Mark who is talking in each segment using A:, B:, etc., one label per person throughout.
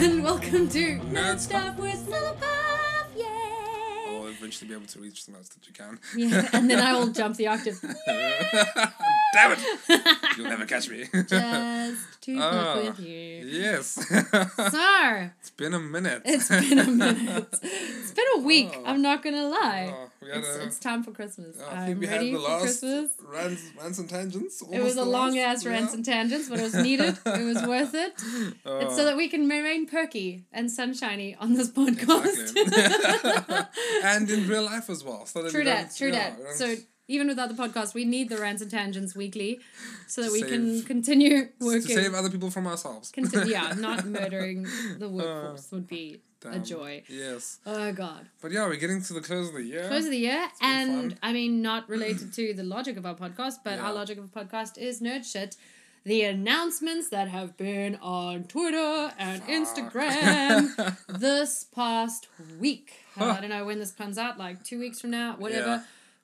A: Welcome to
B: Nerd
A: Nerd
B: Stuff.
A: Stuff with Lillipuff, yay!
B: I'll eventually be able to reach the last that you can.
A: Yeah, and then I will jump the octave.
B: Damn it! You'll never catch me.
A: Just to
B: Ah.
A: fuck with you.
B: yes.
A: So,
B: it's been a minute.
A: it's been a minute. It's been a week,
B: Oh.
A: I'm not gonna lie.
B: Oh, we had
A: It's,
B: a-
A: it's time for Christmas.
B: oh, I
A: I'm
B: think we had
A: ready
B: the
A: for
B: last
A: Christmas.
B: rants, rants and tangents.
A: It was a long ass rants and tangents, but it was needed. It was worth it.
B: tangents.
A: It's so that we can remain perky and sunshiny on this podcast.
B: Exactly. and in real life as well. So that
A: True
B: we don't-
A: that, true
B: yeah,
A: that.
B: we don't-
A: So even without the podcast, we need the rants and tangents weekly, so that
B: To
A: we can
B: save-
A: continue
B: to
A: working.
B: save other people from ourselves.
A: Conti- yeah, not murdering the workforce would be a
B: Uh, Damn.
A: joy.
B: Yes.
A: Oh god,
B: But yeah, we're getting to the close of the year.
A: close of the year,
B: been
A: and
B: fun.
A: I mean not related to the logic of our podcast, but
B: Yeah.
A: our logic of our podcast is nerd shit. The announcements that have been on Twitter and
B: Fuck.
A: Instagram this past week.
B: Huh.
A: I don't know when this comes out, like two weeks from now, whatever.
B: Yeah.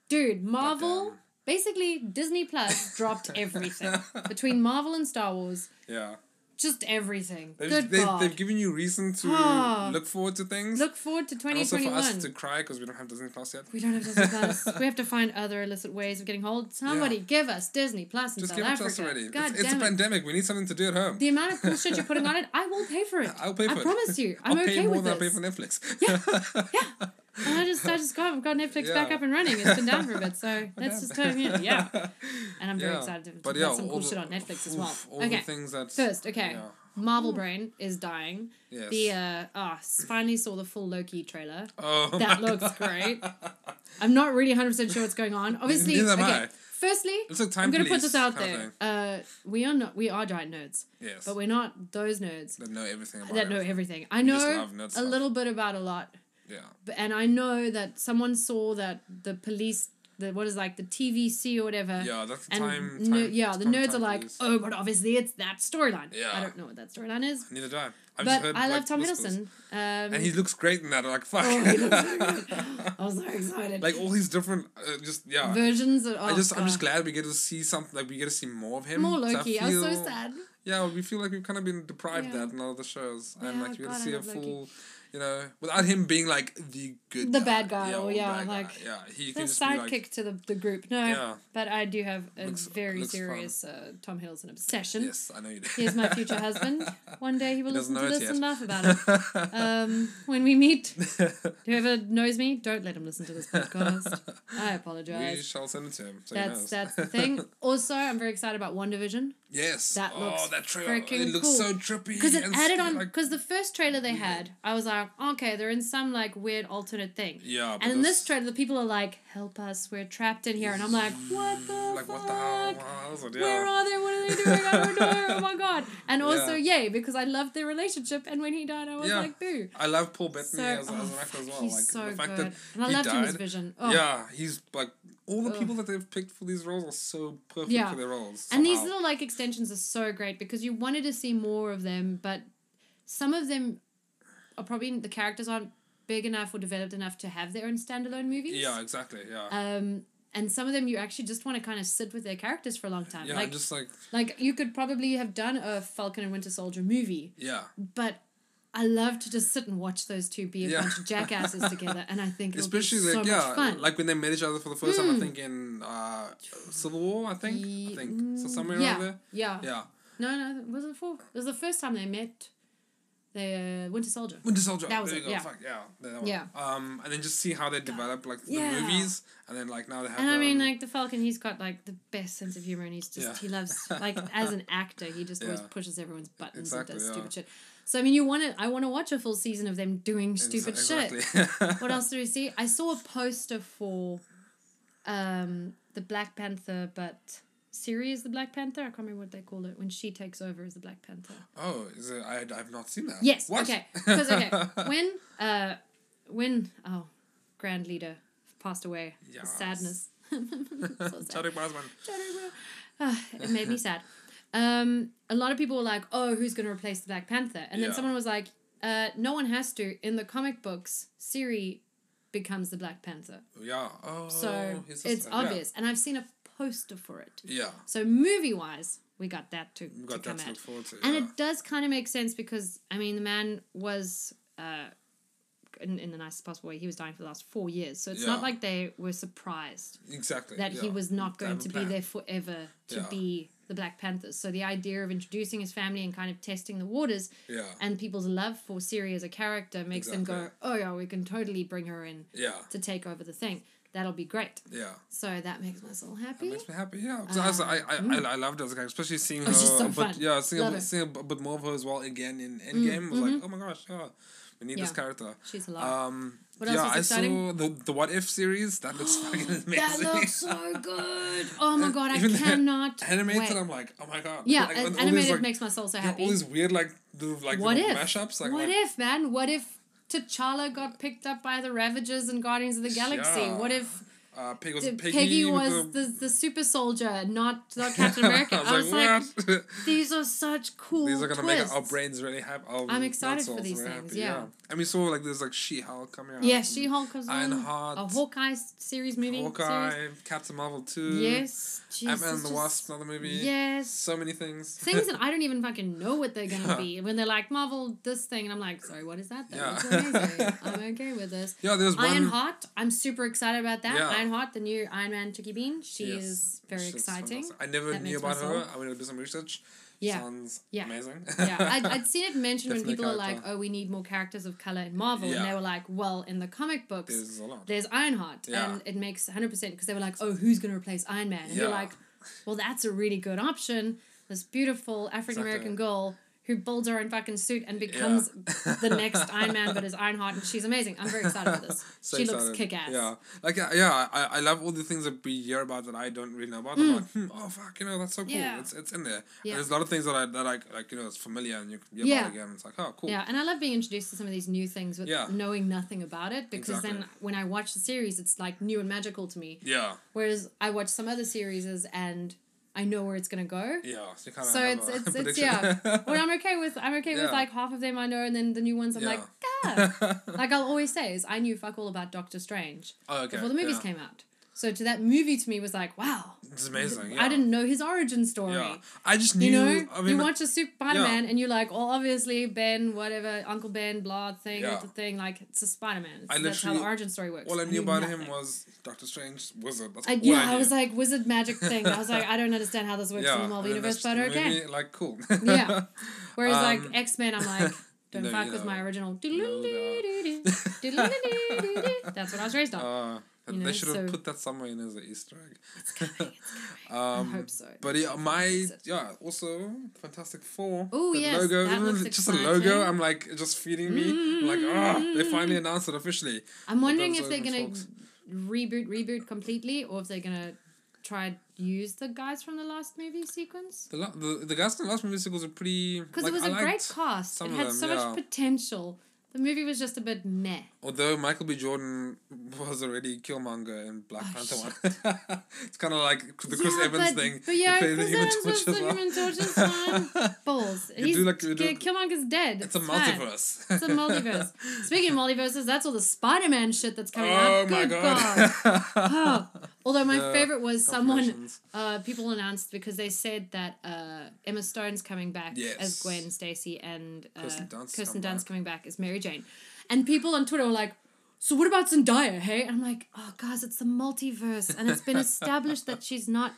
A: Dude, Marvel,
B: Goddamn.
A: basically Disney Plus dropped everything. Between Marvel and Star Wars,
B: yeah.
A: just everything.
B: They've,
A: Good
B: they,
A: God.
B: they've given you reason to
A: Ah.
B: look forward to things.
A: Look forward to
B: and also for us to
A: 2021.
B: cry because we don't have Disney Plus yet.
A: We don't have Disney Plus. we have to find other illicit ways of getting hold. Somebody give us Disney Plus in South
B: Just give it to
A: Africa.
B: us already.
A: God
B: it's it's a
A: damn it.
B: pandemic. We need something to do at home.
A: the amount of cool shit you're putting on it, I will pay for it.
B: I'll pay for
A: I
B: it.
A: promise you. I'm
B: I'll
A: okay
B: pay more
A: with
B: than
A: this.
B: I pay for Netflix.
A: Yeah, And I just, I just got, got Netflix back
B: Yeah.
A: up and running. It's been down for a bit, so let's just tell you. Yeah. And I'm very
B: Yeah.
A: excited to
B: But
A: put
B: yeah,
A: some
B: all
A: cool
B: the-
A: shit on Netflix as well.
B: oof, all
A: okay.
B: the things that
A: First, okay.
B: Yeah. Hmm.
A: Marvel Brain is dying.
B: Yes.
A: The uh ah s- finally saw the full Loki trailer.
B: oh,
A: That
B: my
A: looks
B: God.
A: great. I'm not really 100% sure what's going on. Obviously,
B: Neither am
A: okay.
B: I.
A: Firstly,
B: It's like time
A: I'm going to put
B: police
A: this out
B: kind of
A: there. Uh we are not we are giant nerds,
B: thing. Yes.
A: but we're not those nerds
B: that know everything about
A: that know
B: it.
A: everything. I
B: just
A: know
B: love nerd
A: a
B: stuff.
A: little bit about a lot,
B: Yeah.
A: but, and I know that someone saw that the police the what is like the TVC or whatever
B: Yeah, that's the
A: and
B: time,
A: ner-
B: time.
A: yeah, the
B: time-
A: nerds
B: time
A: are like,
B: police.
A: oh, but obviously it's that storyline.
B: Yeah.
A: I don't know what that storyline is,
B: Neither do I. I've just
A: but
B: heard,
A: I love
B: like,
A: Tom
B: whispers.
A: Hiddleston. Um,
B: And he looks great in that. I'm like, fuck.
A: oh, he looks so good. I was so excited.
B: like all these different, uh, just yeah.
A: versions of. Oh,
B: I just, I'm just
A: God.
B: glad we get to see something. Like we get to see more of him.
A: More
B: So I
A: Loki. I, was so
B: feel-
A: sad.
B: Yeah, we feel like we've kind of been deprived
A: Yeah.
B: that in all the shows, and
A: Yeah,
B: like we get
A: God,
B: to
A: I
B: see a
A: love Loki.
B: full, you know, without him being like the good,
A: The bad guy, or
B: the
A: yeah,
B: bad guy.
A: like,
B: yeah, he
A: The
B: can just be
A: sidekick
B: like,
A: to the, the group. No,
B: Yeah.
A: but I do have a
B: Looks-
A: very
B: looks fun.
A: serious uh, Tom Hiddleston obsession.
B: yes, I know you do.
A: Here's my future husband. One day he will
B: He doesn't
A: listen to
B: know it
A: this and laugh
B: yet.
A: about it. Uh, Um, when we meet, whoever knows me, don't let him listen to this podcast. I apologize.
B: we shall send it to him. So he
A: That's
B: knows.
A: that's the thing. Also, I'm very excited about WandaVision
B: yes,
A: That
B: oh,
A: looks
B: that trailer. It
A: freaking
B: looks
A: cool.
B: so trippy
A: because it
B: and
A: added
B: s-
A: on
B: Like,
A: because the first trailer they had, I was like, okay, they're in some like weird alternate thing.
B: yeah, but
A: And in this
B: this-
A: trailer, the people are like, "Help us! We're trapped in here." And I'm like, "What the
B: Mm, like
A: fuck?
B: what the hell? Wow, that's what- yeah.
A: Where are they? What are they doing? I don't know. Oh my god!" And also, yay, because I loved their relationship. And when he died, I was
B: Yeah.
A: like, "Boo!"
B: I love Paul Bettany
A: So,
B: as,
A: oh,
B: as an actor as well.
A: he's
B: like
A: so
B: the fact
A: good.
B: that
A: and I
B: he
A: loved him as
B: died.
A: Vision. Oh.
B: Yeah, he's like all the
A: Ugh.
B: people that they've picked for these roles are so perfect
A: Yeah.
B: for their roles.
A: And these
B: somehow.
A: little like extensions are so great because you wanted to see more of them, but some of them are probably the characters aren't big enough or developed enough to have their own standalone movies.
B: yeah, exactly. Yeah,
A: Um, and some of them you actually just want to kind of sit with their characters for a long time.
B: yeah.
A: like,
B: I'm just like
A: like you could probably have done a Falcon and Winter Soldier movie,
B: yeah,
A: but I love to just sit and watch those two be a
B: Yeah.
A: bunch of jackasses together, and I think it'll
B: especially
A: be so much
B: like yeah,
A: fun. Mm.
B: like when they met each other for the first time. I think in uh, Civil War. I think. I
A: Ye-
B: think so. Somewhere
A: yeah,
B: around there.
A: yeah,
B: Yeah.
A: No, no, it wasn't four. It was the first time they met the uh, Winter Soldier.
B: Winter Soldier.
A: That was
B: there
A: it,
B: you go.
A: yeah.
B: Fuck, yeah. that one.
A: Yeah.
B: Um, and then just see how they develop like the
A: Yeah.
B: movies, and then like now they have.
A: And I mean,
B: um,
A: like the Falcon, he's got like the best sense of humor, and he's just
B: Yeah.
A: he loves like as an actor, he just always
B: Yeah.
A: pushes everyone's buttons
B: Exactly,
A: and does
B: yeah.
A: stupid shit. So I mean, you want to? I want to watch a full season of them doing
B: ex-
A: stupid shit.
B: exactly.
A: What else did we see? I saw a poster for, um, the Black Panther, but. Siri is the Black Panther. I can't remember what they call it when she takes over as the Black Panther.
B: Oh, is it, I I've not seen that.
A: Yes.
B: What?
A: Okay. Because okay, when uh, when oh, Grand Leader passed away, the
B: Yes.
A: sadness. so sad.
B: Chadwick Boseman.
A: Ah, it made me sad. Um, a lot of people were like, "Oh, who's going to replace the Black Panther?" And then
B: Yeah.
A: someone was like, uh, "No one has to." In the comic books, Siri becomes the Black Panther,
B: Yeah. Oh.
A: so
B: his
A: it's
B: sister, yeah.
A: obvious. And I've seen a poster for it.
B: Yeah.
A: So movie wise, we got that to,
B: We've
A: to
B: got
A: come
B: that to
A: out.
B: look forward to.
A: And
B: yeah.
A: it does kind of make sense because I mean the man was uh, in, in the nicest possible way. He was dying for the last four years, so it's not
B: Yeah.
A: like they were surprised
B: exactly.
A: that he
B: yeah.
A: was not
B: They
A: going
B: have a
A: to be
B: plan.
A: there forever to
B: Yeah.
A: be the Black Panthers. So the idea of introducing his family and kind of testing the waters
B: Yeah.
A: and people's love for Siri as a character makes them go,
B: Exactly.
A: "Oh yeah, we can totally bring her in
B: Yeah.
A: to take over the thing. That'll be great."
B: Yeah.
A: So that makes my soul
B: It
A: happy.
B: makes me happy, yeah. Because I, I, I, I loved it as a character, especially seeing her.
A: Mm. was just so
B: but
A: fun.
B: yeah, seeing a,
A: Love
B: bit-
A: it. Mm, mm-hmm.
B: seeing a b- bit more of her as well again in Endgame. I was like, oh my gosh, yeah, we need this
A: Yeah.
B: character.
A: She's a lot.
B: Um,
A: What else
B: yeah,
A: was
B: I saw
A: exciting?
B: the the What If series. That looks fucking amazing.
A: that looks so good. Oh my god, I
B: Even the
A: cannot
B: animated,
A: wait.
B: I'm like, oh my god.
A: Yeah,
B: Like,
A: and
B: with all these,
A: animated
B: like-
A: makes my soul so
B: yeah,
A: happy.
B: all these weird like the like
A: what
B: little
A: if?
B: mashups like
A: what
B: like,
A: if, man? What if T'Challa got picked up by the Ravagers and Guardians of the Galaxy?
B: Yeah.
A: What if
B: uh, Pig was
A: the
B: Piggy,
A: Peggy, was
B: with
A: the, the super soldier, not not Captain America?
B: I was like, what?
A: these are such cool.
B: these are gonna make
A: twists.
B: our brains really happy. Our
A: I'm excited for
B: muscles
A: these
B: really
A: things,
B: happy,
A: yeah.
B: and we saw like there's like She Hulk coming out.
A: Yeah,
B: and
A: She Hulk comes on.
B: Ironheart,
A: A Hawkeye s- series movie.
B: Hawkeye,
A: Series.
B: Captain Marvel two.
A: Yes. Jesus,
B: Ant Man and the
A: just-
B: Wasp, another movie.
A: Yes.
B: So many things.
A: Things that I don't even fucking know what they're gonna
B: Yeah.
A: be. When they're like Marvel this thing, and I'm like, sorry, what is that? That
B: Yeah.
A: looks amazing. I'm okay with this.
B: yeah, there's one.
A: Ironheart, I'm super excited about that.
B: Yeah.
A: Ironheart, the new Iron Man Chicky Bean, she
B: Yes.
A: is very
B: She's
A: exciting.
B: fantastic. I never
A: That
B: knew
A: makes my
B: about her.
A: soul-
B: I went to do some research.
A: Yeah.
B: Sounds
A: Yeah.
B: amazing.
A: yeah, I'd, I'd seen it mentioned when
B: Definitely
A: people are like,
B: character.
A: "Oh, we need more characters of color in Marvel," and
B: Yeah.
A: they were like, "Well, in the comic books, there's,
B: There's a lot.
A: Ironheart,
B: Yeah.
A: and it makes 100 percent because they were like, "Oh, who's going to replace Iron Man?" And you're
B: Yeah.
A: like, "Well, that's a really good option. This beautiful African American
B: Exactly.
A: girl." Who builds her own fucking suit and becomes the next Iron Man, but is Ironheart, and she's amazing. I'm very excited for this.
B: So
A: she
B: excited.
A: looks kick ass.
B: Yeah, like uh, yeah, I, I love all the things that we hear about that I don't really know about. I'm like, hmm, oh fuck, you know that's so cool.
A: Mm. Yeah.
B: It's it's in there.
A: Yeah.
B: And there's a lot of things that I that I like you know it's familiar and you can hear
A: Yeah.
B: about again. It's like oh cool.
A: Yeah, and I love being introduced to some of these new things with
B: Yeah.
A: knowing nothing about it because then
B: Exactly.
A: when I watch the series, it's like new and magical to me.
B: Yeah.
A: Whereas I watch some other series and I know where it's gonna go.
B: Yeah. So, you kinda
A: So
B: have
A: it's
B: a
A: it's it's
B: prediction.
A: yeah. Well, I'm okay with I'm okay with
B: Yeah.
A: like half of them I know, and then the new ones I'm like, ah. like I'll always say is I knew fuck all about Doctor Strange
B: oh, okay.
A: before the movies
B: yeah.
A: came out. So to that movie to me was like, wow,
B: It's amazing.
A: I
B: yeah.
A: didn't know his origin story.
B: Yeah. I just knew.
A: You know,
B: I mean,
A: you watch a Spider Man
B: yeah.
A: and you're like, oh, obviously Ben, whatever, Uncle Ben, blah thing,
B: Yeah.
A: the thing, like it's a Spider Man.
B: I
A: That's how the
B: literally-
A: origin story works.
B: all I
A: knew
B: knew about him
A: nothing.
B: was Doctor Strange wizard. That's
A: I,
B: all
A: yeah, I,
B: knew.
A: was like wizard magic thing. I was like, I don't understand how this works in the
B: and
A: Marvel
B: then
A: universe,
B: that's
A: but
B: the
A: okay.
B: movie, Like cool.
A: Yeah. Whereas
B: Um,
A: like X Men, I'm like, don't
B: No,
A: fuck
B: you
A: with
B: know.
A: my original.
B: No, no.
A: That's what I was raised on.
B: Uh,
A: You know,
B: they should have
A: so-
B: put that somewhere in as an Easter egg.
A: I
B: um,
A: hope so.
B: But yeah, my
A: fix it.
B: yeah, also Fantastic Four.
A: Ooh,
B: the
A: yes,
B: logo,
A: that
B: even
A: looks
B: if it's just a
A: exciting. Mm.
B: logo. I'm like just feeding me. I'm like, oh, they finally announced it officially.
A: I'm wondering if
B: those
A: they're
B: open
A: gonna
B: talks.
A: reboot reboot completely, or if they're gonna try and use the guys from the last movie sequence.
B: The la- the, the guys from the last movie sequels are pretty.
A: Because
B: like,
A: it was
B: I
A: a great
B: liked-
A: cast. It
B: some of
A: had
B: them,
A: so
B: yeah.
A: much potential. The movie was just a bit meh.
B: Although Michael B. Jordan was already Killmonger in Black
A: Oh,
B: Panther one, it's kind of like the Chris Evans
A: but,
B: thing.
A: But
B: He
A: yeah,
B: played the
A: Chris Evans was the
B: Human Torch
A: human
B: as well.
A: torches one. Balls.
B: You
A: He's,
B: do like- you do-
A: K- Killmonger's dead.
B: It's a
A: fine.
B: multiverse.
A: It's a multiverse. Speaking of multiverses, that's all the Spider Man shit that's coming
B: Oh
A: out.
B: my
A: Good God.
B: god.
A: Oh. Although my
B: The
A: favorite was someone,
B: confirmations.
A: uh, people announced because they said that uh, Emma Stone's coming back
B: Yes.
A: as Gwen Stacy and uh,
B: Kirsten Dunst's
A: Kirsten
B: come
A: Dunst
B: back.
A: coming back as Mary Jane. And people on Twitter were like, so what about Zendaya, hey? And I'm like, oh, guys, it's the multiverse. And it's been established that she's not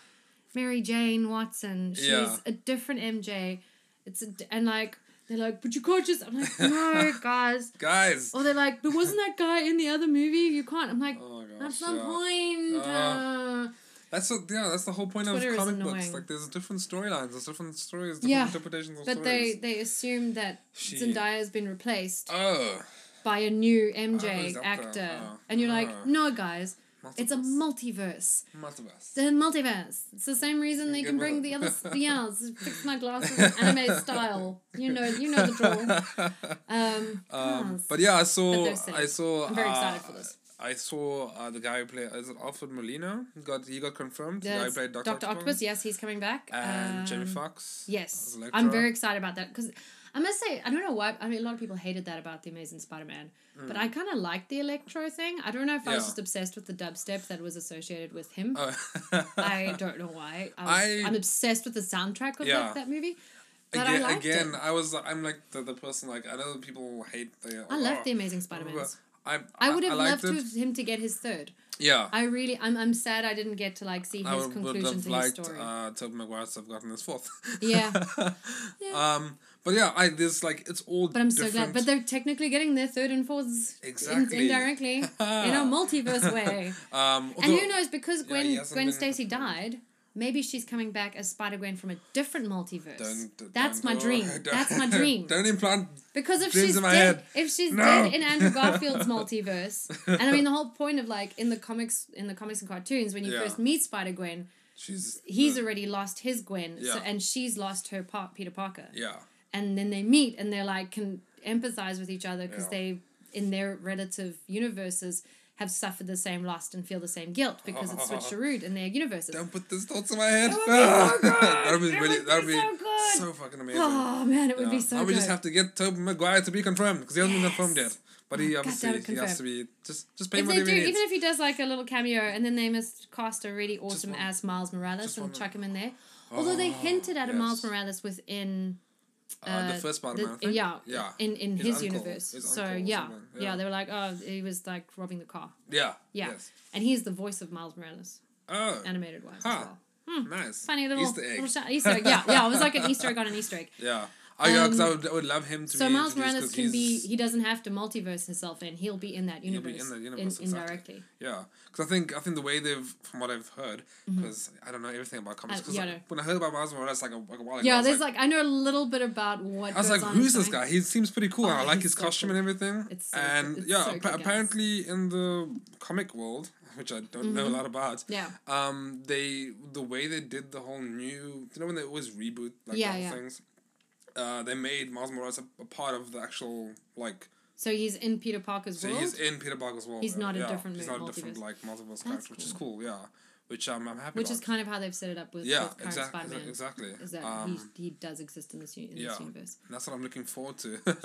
A: Mary Jane Watson. She's
B: Yeah.
A: a different MJ. It's a, d- And like, they're like, but you can't just... I'm like, no, guys.
B: Guys.
A: Or they're like, but wasn't that guy in the other movie? You can't. I'm like,
B: Oh my gosh.
A: that's not
B: yeah.
A: the point.
B: Uh,
A: Uh,
B: That's what, yeah, that's the whole point
A: Twitter
B: of
A: is
B: comic books.
A: annoying.
B: Like there's different storylines, there's different stories, different
A: Yeah,
B: interpretations of
A: but they
B: stories.
A: they assume that
B: She-
A: Zendaya's been replaced
B: Oh.
A: by a new
B: Oh, is
A: MJ
B: that the-
A: actor,
B: oh,
A: and you're like,
B: oh.
A: no, guys, it's a
B: multiverse.
A: multiverse.
B: multiverse.
A: The multiverse. It's the same reason they
B: Get
A: can bring
B: one.
A: the other the else. Fix my glasses, in anime style. You know, you know the draw. Um,
B: Um,
A: guys.
B: but yeah, I saw.
A: they're safe.
B: I saw.
A: I'm very
B: uh,
A: excited for this.
B: I saw uh, the guy who played. Is it Alfred Molina? He got he got confirmed. the guy who
A: There's
B: played Doctor
A: Doctor Octopus. Yes, he's coming back.
B: and Jamie
A: Um,
B: Foxx.
A: Yes,
B: as
A: I'm
B: Electra.
A: very excited about that because I must say, I don't know why. I mean, a lot of people hated that about the Amazing Spider-Man, but I kind of liked the electro thing. I don't know if I was
B: Hmm. Yeah.
A: just obsessed with the dubstep that was associated with him.
B: Uh,
A: I don't know why. I was,
B: I-
A: I, am obsessed with the soundtrack of
B: Yeah.
A: that, that movie. But
B: again,
A: I liked
B: again
A: it.
B: I was I'm like the, the person like I know people hate the
A: I loved the Amazing Spider-Man.
B: oh, I,
A: I would have
B: liked
A: loved to
B: it.
A: have him to get his third.
B: Yeah.
A: I really, I'm, I'm sad I didn't get to like see
B: I
A: his
B: would, would
A: conclusion
B: have
A: to
B: liked
A: his story.
B: uh, Tobey Maguire to have gotten his fourth.
A: Yeah.
B: Um, but yeah, I there's like it's all.
A: but I'm so glad. But they're technically getting their third and fourths in-
B: Exactly.
A: indirectly in a multiverse way.
B: um,
A: And
B: although-
A: who knows? Because Gwen
B: he hasn't
A: Gwen
B: been
A: Stacy
B: confirmed.
A: died, maybe she's coming back as Spider Gwen from a different multiverse.
B: Don't- don't
A: That's my
B: go-
A: dream.
B: don't-
A: That's my dream.
B: Don't implant.
A: Because if
B: dreams
A: she's
B: in my
A: dead,
B: head.
A: if she's
B: No.
A: dead in Andrew Garfield's multiverse, and I mean the whole point of like in the comics, in the comics and cartoons, when you
B: Yeah.
A: first meet Spider Gwen,
B: She's.
A: he's already lost his Gwen, so,
B: Yeah.
A: and she's lost her pa- Peter Parker,
B: Yeah.
A: and then they meet and they're like can empathize with each other because
B: Yeah.
A: they, in their relative universes, have suffered the same loss and feel the same guilt because it's switched around in their universes.
B: Don't put those thoughts in my head.
A: It would be so good.
B: that would be
A: It
B: really.
A: would
B: that
A: be
B: would be
A: so good.
B: so fucking amazing.
A: Oh man, it would be
B: Yeah.
A: so
B: now we
A: good.
B: just have to get Tobey Maguire to be confirmed because he hasn't been confirmed
A: Yes.
B: yet. But he
A: goddamn
B: obviously
A: it,
B: he has to be just just pay
A: if they
B: whatever
A: do,
B: he needs.
A: even if he does like a little cameo, and then they must cast a really awesome
B: one-
A: ass Miles Morales
B: just
A: and
B: one-
A: chuck him in there. Although they
B: Oh,
A: hinted at a Miles
B: yes.
A: Morales within
B: uh,
A: uh,
B: the first
A: the-
B: Spider-Man. I think.
A: yeah,
B: Yeah.
A: in in
B: His
A: his,
B: uncle-
A: universe.
B: his
A: so
B: uncle or
A: yeah,
B: something,
A: yeah,
B: yeah.
A: they were like, oh, he was like robbing the car.
B: yeah.
A: Yeah,
B: Yes.
A: and he's the voice of Miles Morales,
B: Oh.
A: animated wise
B: Huh.
A: as well.
B: Nice.
A: Funny little
B: Easter egg.
A: mm, little shout- Easter egg. Yeah, yeah, it was like an Easter egg on an Easter egg.
B: yeah. I, yeah, 'cause I would, I would love him to
A: Um, So
B: be
A: Miles
B: introduced
A: Morales
B: 'cause
A: can be
B: he's-
A: he doesn't have to multiverse himself in. He'll be in that
B: He'll
A: universe.
B: be in that universe,
A: in-
B: exactly.
A: indirectly.
B: Yeah, because I think I think the way they've, from what I've heard, because I don't know everything about comics.
A: Mm-hmm. Uh,
B: 'cause,
A: yeah,
B: like,
A: no.
B: when I heard about Miles Morales like a, like a while ago, I
A: Yeah,
B: was
A: there's like, I know a little bit about what
B: I was
A: goes
B: like,
A: on in
B: who's this
A: China.
B: guy? He seems pretty cool. and I
A: Oh,
B: like
A: he's
B: his
A: so
B: costume
A: cool.
B: and everything.
A: It's so cool.
B: and
A: It's
B: yeah,
A: so
B: appa-
A: good, guys.
B: apparently in the comic world, which I don't know a lot about.
A: Mm-hmm. Yeah.
B: Um, they the way they did the whole new, you know, when they always reboot like
A: Yeah,
B: the whole
A: yeah.
B: things. Uh, they made Miles Morales a, a part of the actual like.
A: So he's in Peter Parker's
B: So
A: world.
B: he's in Peter Parker's world.
A: He's
B: uh,
A: not a
B: yeah,
A: different
B: He's
A: mu-
B: not a different
A: multiverse.
B: like multiverse
A: That's
B: character, which is cool. Yeah, which um, I'm happy.
A: which is
B: about.
A: kind of how they've set it up with,
B: yeah,
A: with current
B: exactly,
A: Spider-Man.
B: exactly.
A: Is that
B: Um,
A: he, he does exist in this, u- in
B: yeah.
A: this universe.
B: that's what I'm looking forward to.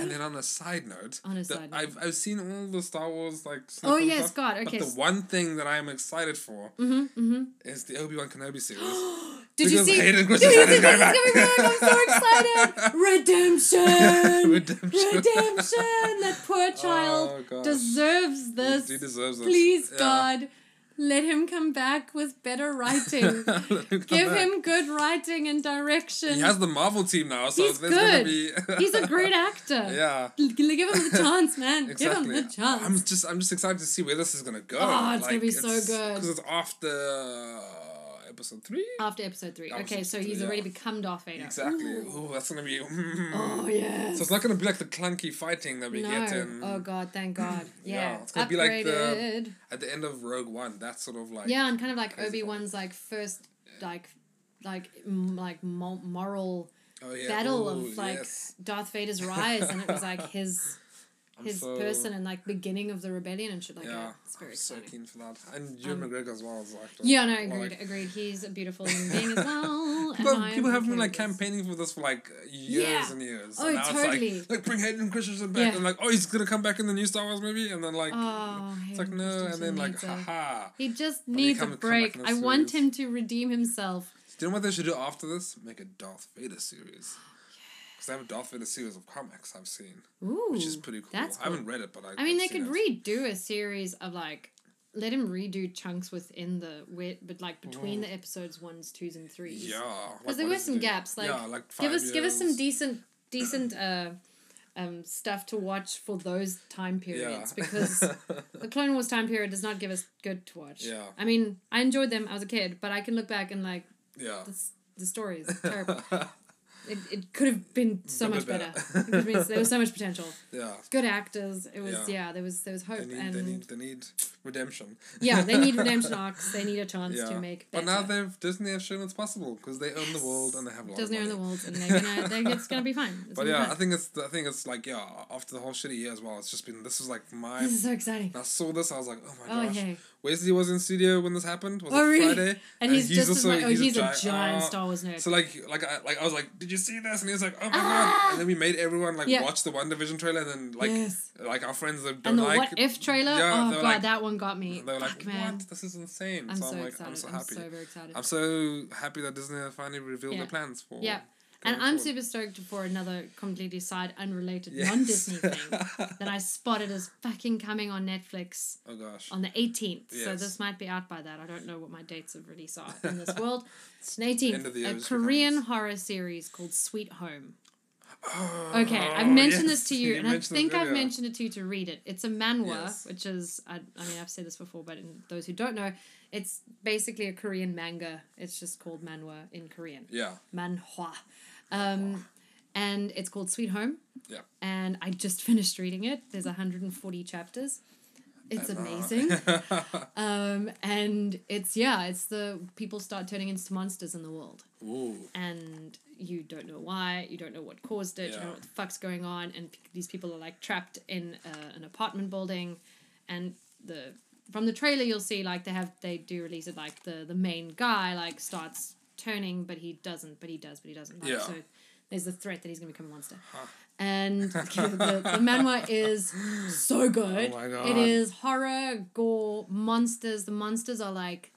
B: and then on a side note,
A: On a
B: the-
A: side note.
B: I've I've seen all the Star Wars like. snippets
A: Oh,
B: and
A: yes,
B: stuff,
A: God, okay,
B: But
A: s-
B: the one thing that I'm excited for
A: Mm-hmm, mm-hmm.
B: is the Obi Wan Kenobi series. Oh,
A: Did you
B: Because
A: see? did
B: Hayden
A: you
B: Christensen
A: see
B: is going
A: Christensen coming back? I'm so excited! Redemption!
B: Redemption.
A: Redemption! That poor
B: Oh,
A: child
B: gosh.
A: deserves this.
B: he deserves this.
A: Please,
B: Yeah.
A: God, let him come back with better writing. Give him good writing and direction.
B: He has the Marvel team now, so
A: He's
B: there's
A: good.
B: gonna be.
A: He's a great actor.
B: Yeah.
A: L- give him the chance, man.
B: Exactly.
A: Give him the chance.
B: I'm just I'm just excited to see where this is gonna go.
A: Oh, it's gonna be so good.
B: because it's after uh, episode three.
A: After episode three.
B: That was
A: okay, so
B: episode
A: he's
B: three,
A: already
B: yeah.
A: become Darth Vader.
B: Exactly.
A: Ooh.
B: Oh, that's gonna be.
A: Oh, yes.
B: So it's not gonna be like the clunky fighting that we get
A: no.
B: in
A: Oh, God, thank God. Yeah.
B: Yeah, it's gonna be like the-
A: Upgraded.
B: at the end of Rogue One. That sort of like
A: yeah, and kind of like
B: Crazy
A: Obi Wan's like first, like, like, m- like mo- moral
B: oh, yeah.
A: battle
B: Ooh,
A: of like
B: yes.
A: Darth Vader's rise, and it was like his
B: I'm
A: his
B: so-
A: person and like beginning of the rebellion and shit like
B: Yeah,
A: that. It's very
B: I'm so
A: exciting.
B: keen for that, and Ewan
A: Um,
B: McGregor as well as actor.
A: Yeah, no,
B: Well,
A: agreed,
B: like-
A: agreed. He's a beautiful human being as well. and
B: But
A: I am
B: people have been
A: okay with
B: like
A: this.
B: campaigning for this for like years
A: Yeah.
B: and years.
A: Oh,
B: and now
A: totally.
B: it's like, like bring Hayden Christensen back,
A: Yeah.
B: and like, oh, he's gonna come back in the new Star Wars movie, and then like,
A: Oh,
B: it's like
A: Hayden
B: no, and
A: Christensen
B: then like,
A: needs a-
B: haha.
A: He just
B: he
A: needs
B: come-
A: a
B: come back
A: break.
B: in the
A: I want
B: series.
A: him to redeem himself.
B: Do you know what they should do after this? Make a Darth Vader series. Because they have a Darth Vader series of comics I've seen,
A: Ooh,
B: which is pretty cool.
A: That's
B: I
A: cool.
B: haven't read it, but I.
A: I mean,
B: I've
A: they
B: seen
A: could
B: it.
A: redo a series of like, let him redo chunks within the wit, but like between the episodes ones, twos, and threes.
B: Yeah,
A: because
B: like,
A: there
B: what
A: were
B: does it
A: some
B: do?
A: gaps. Like,
B: Yeah, like
A: give
B: five
A: us give us some
B: years.
A: decent decent uh, um, stuff to watch for those time periods because the Clone Wars time period does not give us good to watch.
B: Yeah.
A: I mean, I enjoyed them. I was a kid, but I can look back and like
B: yeah.
A: the s- the story is terrible. It, it could have been so much better. It could have been- there was so much potential.
B: Yeah.
A: good actors. It was
B: Yeah.
A: yeah, there was there was hope
B: They need,
A: and
B: they need, they need redemption.
A: yeah, they need redemption arcs. They need a chance
B: Yeah.
A: to make.
B: But now
A: better.
B: they've Disney has shown it's possible because they own the world and they have a lot.
A: Disney
B: of
A: own
B: money.
A: the world, and they're gonna they're, it's gonna be fine. It's
B: But
A: gonna be
B: yeah,
A: fine.
B: I think it's I think it's like yeah. After the whole shitty year as well, it's just been this is like my.
A: this is so exciting.
B: I saw this. I was like, oh my
A: Oh,
B: gosh.
A: okay.
B: Wesley was in studio when this happened. Was
A: Oh,
B: it
A: really?
B: Friday?
A: And, he's, just as much, oh, he's, a, giant,
B: oh.
A: Star Wars nerd.
B: So like like I like I was like, did you see this? And he was like, oh my
A: Ah!
B: god! And then we made everyone like
A: Yeah.
B: watch the One Division trailer, and then like
A: Yes.
B: like our friends that don't
A: and the
B: like
A: what if trailer?
B: Yeah,
A: oh
B: they
A: god,
B: were like-
A: that one got me.
B: they were
A: Fuck
B: like,
A: man,
B: what? This is insane.
A: I'm
B: so
A: so,
B: I'm like,
A: excited.
B: I'm so happy. I'm so,
A: very excited.
B: happy that Disney have finally revealed
A: Yeah.
B: their plans for.
A: yeah,
B: going
A: and I'm
B: forward.
A: super stoked for another completely side, unrelated,
B: Yes.
A: non-Disney thing that I spotted as fucking coming on Netflix.
B: oh gosh.
A: on the 18th. So
B: Yes.
A: this might be out by that. I don't know what my dates of release are in this world. It's an 18th.
B: End of the year
A: a
B: is
A: Korean
B: behind
A: horror series called Sweet Home.
B: Oh,
A: Okay, I've mentioned this
B: yes,
A: to you, and I
B: mentioned this
A: think I've
B: earlier.
A: mentioned it to you to read it. It's a manhwa,
B: Yes.
A: which is, I, I mean, I've said this before, but in those who don't know, it's basically a Korean manga. It's just called manhwa in Korean.
B: Yeah,
A: Manhwa. Um, and it's called Sweet Home.
B: Yeah.
A: And I just finished reading it. There's 140 chapters. It's
B: And, uh,
A: amazing. Um, and it's yeah, it's the people start turning into monsters in the world,
B: Ooh,
A: and you don't know why, you don't know what caused it, you don't know
B: Yeah.
A: what the fuck's going on, and p- these people are like trapped in uh, an apartment building, and the from the trailer you'll see like they have they do release it like the the main guy like starts turning but he doesn't but he does but he doesn't like,
B: Yeah.
A: so there's the threat that he's gonna become a monster and the, the manhwa is so good
B: Oh my God.
A: it is horror gore monsters the monsters are like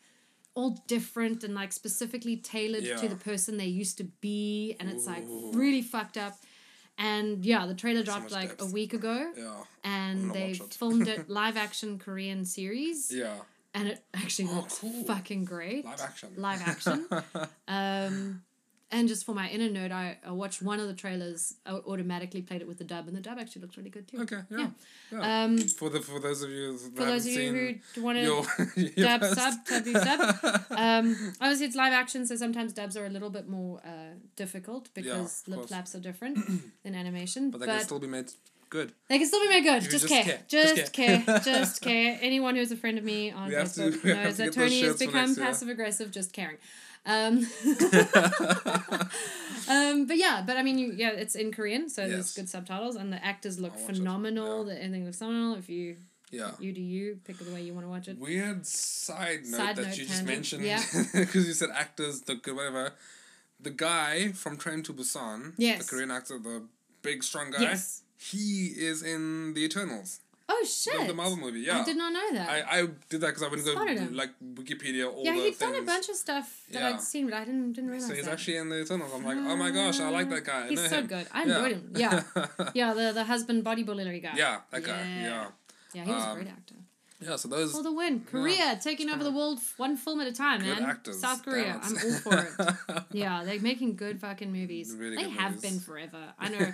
A: all different and like specifically tailored to
B: Yeah.
A: the person they used to be and it's like
B: Ooh.
A: really fucked up and yeah the trailer dropped
B: much
A: like a
B: depth.
A: week ago
B: yeah,
A: and
B: gonna
A: they
B: watch it.
A: filmed it live action korean series
B: yeah.
A: and it actually
B: Oh,
A: looks
B: cool.
A: fucking great
B: Live action.
A: live action. um, and just for my inner nerd, I, I watched one of the trailers, I automatically played it with the dub, and the dub actually looks really good too.
B: Okay, yeah.
A: Yeah.
B: yeah.
A: Um,
B: for the for those of you that
A: for
B: haven't
A: those of
B: seen
A: you who want
B: your,
A: to
B: your
A: dub
B: first-
A: sub, dub these sub, um, obviously it's live action, so sometimes dubs are a little bit more uh, difficult because
B: of
A: lip
B: course.
A: flaps are different than animation.
B: but
A: But
B: they can still be made good.
A: be made good.
B: You
A: Just,
B: just
A: care.
B: care.
A: Just,
B: Just
A: care.
B: care.
A: Just care. Anyone who's a friend of me on
B: We have to-
A: Facebook
B: we have
A: knows
B: to get
A: that
B: those
A: Tony has
B: shirts for
A: become
B: next year.
A: passive aggressive just caring. Um, Um, but yeah, but I mean, you, yeah, it's in Korean, so there's
B: Yes.
A: good subtitles, and the actors look
B: I'll watch it.
A: phenomenal.
B: Yeah. Oh.
A: The ending looks phenomenal. If you
B: yeah.
A: you do you, pick the way you want to watch it.
B: Weird side note
A: Side
B: that
A: note
B: you just
A: tangent,
B: mentioned
A: yeah.
B: because you said actors, the good whatever. The guy from Train to Busan,
A: Yes.
B: the Korean actor, the big strong guy,
A: Yes.
B: he is in the Eternals,
A: Oh
B: the-
A: shit!
B: the Marvel movie. Yeah,
A: I did not know that.
B: I, I did that because I wouldn't go
A: Spotted him.
B: like Wikipedia. All
A: yeah,
B: the
A: he'd
B: things.
A: done a bunch of stuff that
B: Yeah.
A: I'd seen, but I didn't didn't realize.
B: So he's
A: that.
B: actually in the Eternals. I'm like, oh my gosh, I like that guy. I
A: He's
B: know
A: so
B: him.
A: good. I
B: Yeah.
A: enjoyed him. Yeah, yeah, the the husband bodybuilder guy.
B: yeah, that guy.
A: Yeah.
B: Yeah,
A: yeah, he was a
B: Um,
A: great actor.
B: yeah. So those
A: For the win, Korea taking over the world f- one film at a time,
B: Good
A: man.
B: actors,
A: South Korea, I'm
B: damn it.
A: all for it. Yeah, they're making good fucking movies.
B: Really
A: they
B: good
A: have
B: movies.
A: been forever. I know.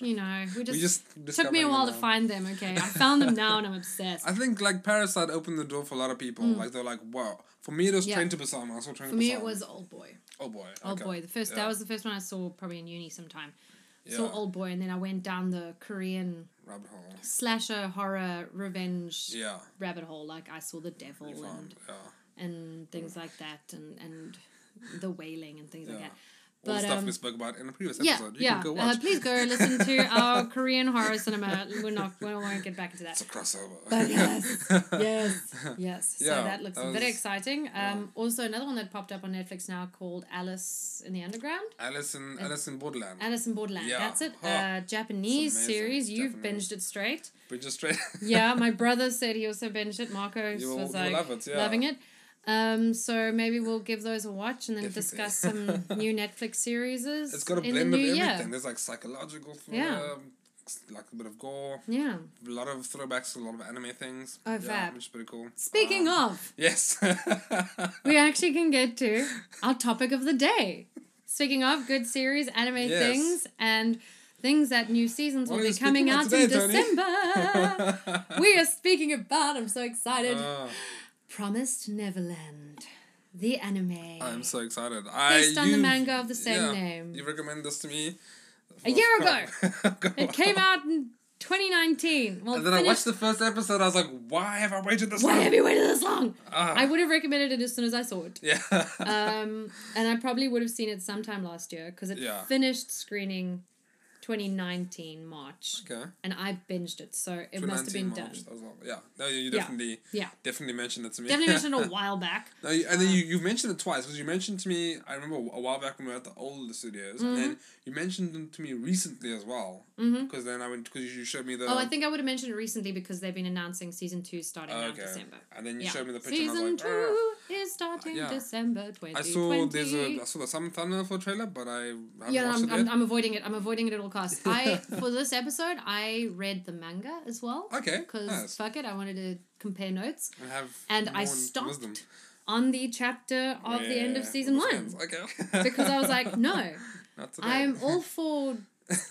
A: you know, we just,
B: we just
A: took me a
B: discovering
A: while to
B: them now.
A: find them. Okay, I found them now and I'm obsessed.
B: I think like Parasite opened the door for a lot of people. Like they're like, wow. For me, it was
A: Mm. Yeah.
B: Train to Busan. I saw Train
A: For
B: to
A: me,
B: Busan.
A: it was Old Boy.
B: Oh boy.
A: Old
B: okay.
A: Boy. The first
B: Yeah.
A: that was the first one I saw probably in uni sometime.
B: yeah.
A: Saw Old Boy, and then I went down the Korean
B: rabbit hole.
A: slasher horror revenge
B: Yeah.
A: rabbit hole. Like I saw the devil
B: Really fun.
A: and
B: Yeah.
A: and things like that, and and the wailing and things like
B: Yeah.
A: that.
B: All the
A: But,
B: stuff
A: um,
B: we spoke about in the previous
A: Yeah,
B: episode. You
A: yeah.
B: can go
A: uh,
B: watch.
A: please go listen to our Korean horror cinema. We're not. We don't want to get back into that.
B: It's a crossover.
A: But yes, yes, yes. so
B: Yeah,
A: that looks
B: that
A: very
B: was-
A: exciting. Um, Also, another one that popped up on Netflix now called Alice in the Underground.
B: Alice in Alice in Borderland.
A: Alice in Borderland.
B: Yeah.
A: That's it.
B: Huh.
A: Uh, Japanese
B: It's amazing.
A: series. You've
B: Japanese.
A: binged it straight.
B: But just straight.
A: Yeah, my brother said he also binged it. Marco
B: You will-
A: was
B: you will
A: like
B: love it, yeah.
A: loving it. Um, so maybe we'll give those a watch and then
B: Definitely.
A: discuss some new Netflix series.
B: It's got a blend of everything. There's like psychological
A: Yeah.
B: thriller, like a bit of gore,
A: Yeah.
B: a lot of throwbacks, a lot of anime things.
A: Oh,
B: yeah,
A: fab.
B: Which is pretty cool. Um,
A: Speaking
B: Ah.
A: of,
B: Yes.
A: we actually can get to our topic of the day. Speaking of good series, anime
B: Yes.
A: things, and things that new seasons
B: What
A: will
B: are
A: be
B: you speaking
A: coming
B: about
A: out in
B: today, Tony?
A: December. we are speaking about, I'm so excited,
B: Ah,
A: Promised Neverland, the anime.
B: Ah, I'm so excited. I,
A: Based on the
B: you've-
A: manga of the same
B: yeah,
A: name.
B: You recommend this to me
A: A year ago.
B: ago.
A: It came out in 2019. Well,
B: And then I watched the first episode. I was like, why have I waited this
A: Why
B: long?
A: have you waited this long?
B: Ah.
A: I would have recommended it as soon as I saw it.
B: yeah.
A: Um, and I probably would have seen it sometime last year because it
B: Yeah.
A: finished screening 2019 March,
B: okay.
A: and I binged it, so it must have
B: 2019
A: been
B: March.
A: done.
B: That was long. Yeah. No, you, you
A: Yeah.
B: definitely
A: Yeah,
B: definitely mentioned it to me.
A: definitely mentioned it Uh-huh. a while back.
B: No, you, and then you, you mentioned it twice because you mentioned to me. I remember a while back when we were at the old studios, and then
A: Mm-hmm.
B: you mentioned them to me recently as well.
A: Mhm.
B: Because then I went because you showed me the.
A: Oh, I think I would have mentioned it recently because they've been announcing season two starting around
B: Okay.
A: December.
B: And then you
A: Yeah.
B: showed me the picture,
A: Season
B: and I was like, "Ah."
A: two is starting
B: Yeah.
A: December 2020.
B: I saw there's a I saw the some thumbnail for a trailer, but I haven't
A: yeah,
B: watched
A: I'm,
B: it
A: I'm,
B: yet.
A: I'm avoiding it. I'm avoiding it at all costs. I for this episode, I read the manga as well
B: okay,
A: because
B: nice.
A: fuck it, I wanted to compare notes
B: And have
A: and I
B: more
A: stopped
B: wisdom.
A: on the chapter of the end of
B: Yeah,
A: season
B: which
A: one
B: ends. Okay.
A: because I was like, no,
B: Not today.
A: I'm all for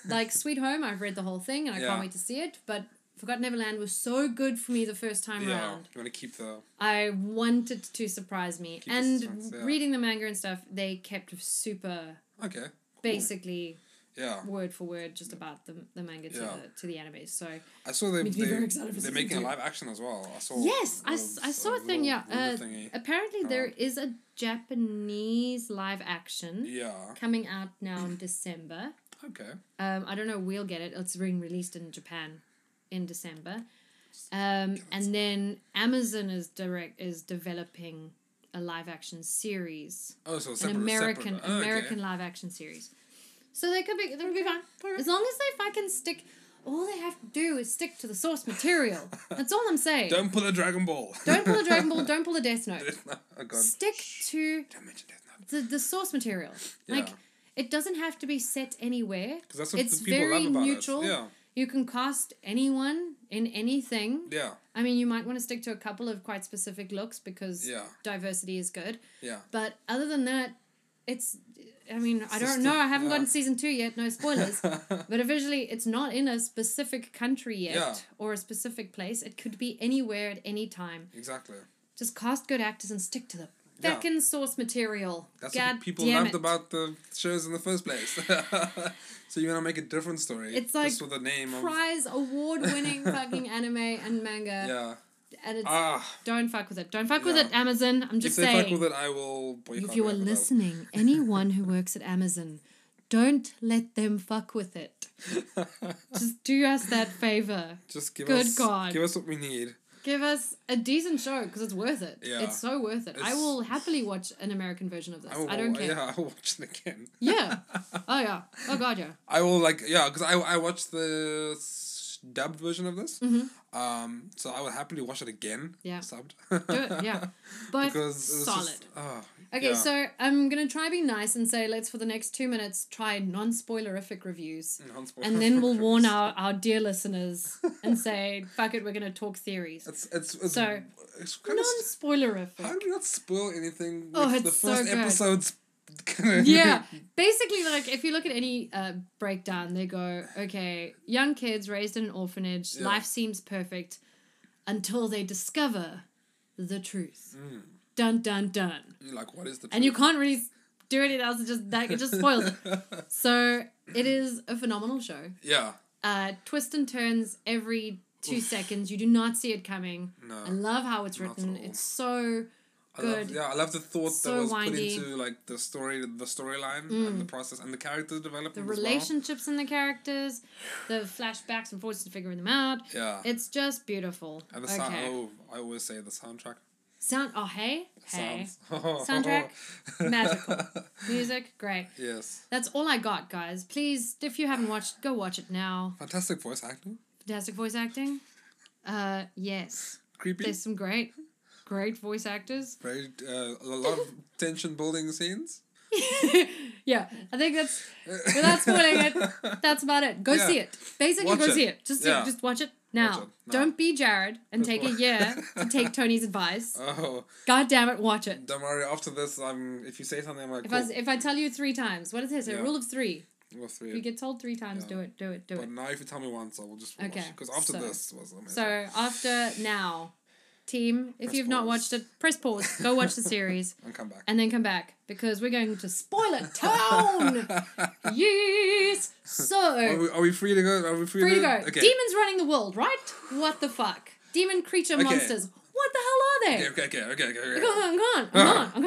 A: like Sweet Home. I've read the whole thing and I
B: Yeah.
A: can't wait to see it, but. Forgotten Neverland was so good for me the first time
B: yeah.
A: around.
B: You want to keep the
A: I wanted to surprise me.
B: Keep the
A: and
B: suspense, yeah.
A: reading the manga and stuff, they kept super
B: okay. cool.
A: basically
B: Yeah,
A: word for word just about the, the manga to,
B: Yeah.
A: the, to the anime. So
B: I saw they,
A: Made me
B: they
A: very excited for season
B: they're making a
A: two.
B: live action as well. I saw.
A: yes, I,
B: a-
A: s- I saw a thing.
B: little
A: Yeah,
B: rumor
A: uh,
B: thingy.
A: apparently there
B: around.
A: is a Japanese live action
B: yeah.
A: coming out now in December.
B: Okay.
A: Um, I don't know. We'll get it. It's being released in Japan in December, um, and then Amazon is direct is developing a live action series,
B: Oh, so
A: an
B: separate,
A: American
B: separate. Oh, okay.
A: American live action series. So they could be they would be fine as long as they fucking stick. All they have to do is stick to the source material. That's all I'm saying. Don't,
B: Don't pull a Dragon Ball.
A: pull a Dragon Ball. Don't pull a Death Note.
B: Death Note. oh God.
A: Stick to
B: Don't mention Death Note.
A: the, the source material. Like
B: Yeah.
A: it doesn't have to be set anywhere.
B: 'Cause that's what
A: it's
B: the people
A: very
B: love about
A: neutral.
B: It. Yeah.
A: You can cast anyone in anything.
B: Yeah.
A: I mean, you might want to stick to a couple of quite specific looks because
B: Yeah.
A: diversity is good.
B: Yeah.
A: But other than that, it's. I mean, I don't
B: System,
A: know. I haven't
B: yeah.
A: gotten season two yet. No spoilers. but eventually, it's not in a specific country yet
B: Yeah.
A: or a specific place. It could be anywhere at any time.
B: Exactly.
A: Just cast good actors and stick to the
B: Yeah.
A: fucking source material.
B: That's
A: God
B: what people
A: damn it.
B: loved about the shows in the first place. so you want to make a different story.
A: It's like
B: just with the name of
A: prize award winning fucking anime and manga.
B: yeah.
A: And it's
B: Ah,
A: don't fuck with it. Don't fuck with
B: Yeah.
A: it, Amazon. I'm
B: if
A: just
B: they
A: saying.
B: fuck with it, I will boycott.
A: if you
B: the
A: are
B: episode.
A: listening, anyone who works at Amazon, don't let them fuck with it. Just do us that favor.
B: just give
A: Good
B: us
A: God.
B: give us what we need.
A: Give us a decent show because it's worth it.
B: Yeah.
A: It's so worth it. I
B: It's-
A: will happily watch an American version of this.
B: I,
A: I,
B: will,
A: don't care.
B: Yeah, I will watch it again.
A: Yeah. Oh yeah. Oh god yeah.
B: I will like yeah, because I I watched the s- dubbed version of this. Um, so I will happily watch it again.
A: Mm-hmm. Yeah.
B: subbed.
A: Do it. Yeah. But
B: because it's
A: solid.
B: Just, oh,
A: Okay,
B: yeah.
A: so I'm gonna try being nice and say let's for the next two minutes try non-spoilerific reviews.
B: Non-spoiler
A: and then we'll
B: reviews.
A: warn our, our dear listeners and say, fuck it, we're going to talk theories.
B: It's it's it's,
A: So,
B: it's kind
A: Non
B: of s- how
A: spoilerific.
B: do you not spoil anything?
A: Oh,
B: with the
A: it's so
B: first
A: good.
B: episode's gonna
A: Yeah. Basically, like, if you look at any uh, breakdown, they go, okay, young kids raised in an orphanage,
B: Yeah.
A: life seems perfect until they discover the truth.
B: Mm.
A: Dun, dun, dun.
B: You're like what is the
A: And you
B: truth?
A: can't really s- do anything else. It just, that, it just spoils it. So, it is a phenomenal show.
B: yeah
A: uh, twist and turns every two seconds. You do not see it coming.
B: No.
A: I love how it's
B: Uh, Not at
A: written.
B: all.
A: It's so
B: I love,
A: good.
B: yeah I love the thought
A: So
B: that was
A: windy. Mm.
B: put into like the story the storyline and the process and the character development
A: the
B: as
A: relationships in the characters, the flashbacks and forwards to figuring them out.
B: well. yeah
A: It's just beautiful.
B: and the
A: okay.
B: sound oh I always say the soundtrack
A: Sound. Oh hey hey.
B: sounds soundtrack
A: Soundtrack, magical. Music great.
B: yes
A: That's all I got, guys. Please, if you haven't watched, go watch it now.
B: fantastic voice acting
A: Fantastic voice acting. Uh yes,
B: creepy
A: there's some great, great voice actors.
B: very uh, a lot of tension building scenes
A: yeah, I think that's without spoiling it. That's about it. Go
B: Yeah.
A: see it. Basically,
B: Watch
A: go
B: it.
A: see it. Just
B: Yeah.
A: just watch it now.
B: Watch it now.
A: Don't be Jared and take a
B: boy.
A: year to take Tony's advice.
B: oh
A: God damn it, watch it.
B: don't worry after this I'm if you say something I'm like
A: If
B: cool.
A: I if I tell you three times, what is this? A
B: Yeah.
A: rule of three.
B: Well, three.
A: If you get told three times,
B: Yeah.
A: do it, do it, do
B: But
A: it.
B: now, if you tell me once, I will just watch.
A: Okay,
B: Because after
A: so-
B: this was amazing.
A: So after now, team, if
B: Press
A: you've not
B: pause.
A: watched it, press pause. Go watch the series.
B: and come back.
A: And then come back because we're going to spoil it town. yes,
B: Are
A: So
B: we, are we free to go? Are we free,
A: free to go.
B: Okay.
A: Demons running the world, right? What the fuck? Demon creature
B: Okay.
A: monsters. What the hell are they?
B: Okay, okay, okay, okay, okay.
A: Go
B: okay.
A: on, go on, I'm on, I'm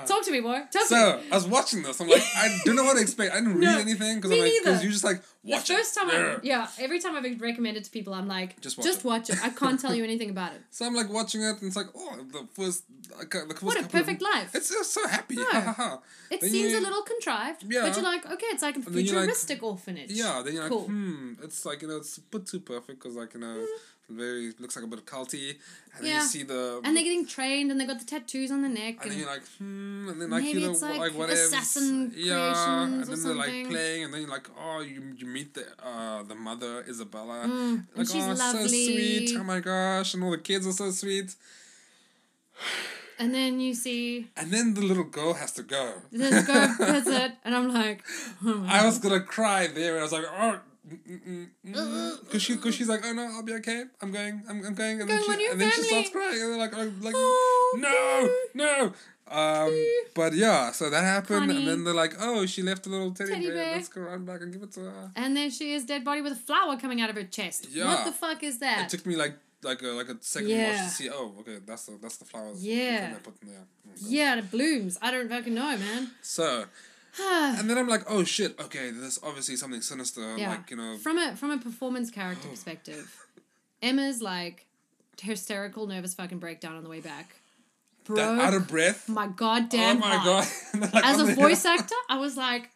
A: on. Talk to me, boy. Talk to me.
B: So I was watching this. I'm like, I don't know what to expect. I didn't read
A: No,
B: anything because
A: me
B: I'm like,
A: neither.
B: because you just like
A: The
B: watch it.
A: first time, I,
B: Grr.
A: yeah, every time I've recommended to people, I'm like,
B: Just
A: just
B: watch
A: watch,
B: it."
A: it. I can't tell you anything about it.
B: So I'm like watching it, and it's like, oh, the first, the first
A: What a
B: couple of-
A: perfect life.
B: It's just so happy.
A: No.
B: Ha ha ha.
A: It
B: then
A: seems
B: you-
A: a little contrived,
B: Yeah.
A: but you're like, okay, it's like a
B: then you're like-
A: futuristic orphanage.
B: Yeah, then you're like,
A: Cool.
B: hmm, it's like, you know, it's a bit too perfect because, like, you know, very, looks like a bit of culty. And then you
A: Hmm. Yeah.
B: see the.
A: And they're getting trained, and they got the tattoos on the neck,
B: and
A: and,
B: then you're like, hmm, and then like
A: Maybe
B: you know,
A: it's
B: like,
A: like
B: what
A: assassin
B: ifs. yeah, and
A: creations
B: then
A: or
B: they're like
A: something.
B: playing, and then you're like, oh, you you meet the uh the mother Isabella,
A: Mm, and
B: like
A: she's
B: oh, so
A: lovely.
B: sweet, oh my gosh, and all the kids are so sweet,
A: and then you see
B: and then the little girl has to go.
A: this go visit, and I'm like, oh my
B: I was gonna cry there, and I was like, oh. Because she, cause she's like, oh no, I'll be okay. I'm going, I'm, I'm going, and then
A: Going
B: she,
A: with your
B: and then she
A: family.
B: starts crying, and they're like, oh, like,
A: Oh,
B: no, no. Um, but yeah, so that happened,
A: Connie.
B: and then they're like, "Oh, she left a little teddy,
A: Teddy
B: bear.
A: bear.
B: Let's go run back and give it to her."
A: And there she is, dead body with a flower coming out of her chest.
B: Yeah.
A: What the fuck is
B: It
A: that?
B: took me like like a like a second watch
A: Yeah.
B: to see. Oh, okay, that's the that's the flowers.
A: Yeah.
B: that I put in there. Oh, God.
A: yeah, it blooms. I don't fucking know,
B: So
A: man.
B: and then I'm like, "Oh shit, okay, there's obviously something sinister."
A: yeah.
B: Like you know,
A: From a from a performance character perspective, Emma's like hysterical, nervous fucking breakdown on the way back. Bro,
B: that out of breath.
A: my goddamn
B: oh my
A: heart.
B: god! And then, like,
A: As
B: on
A: a
B: the-
A: voice actor, I was like,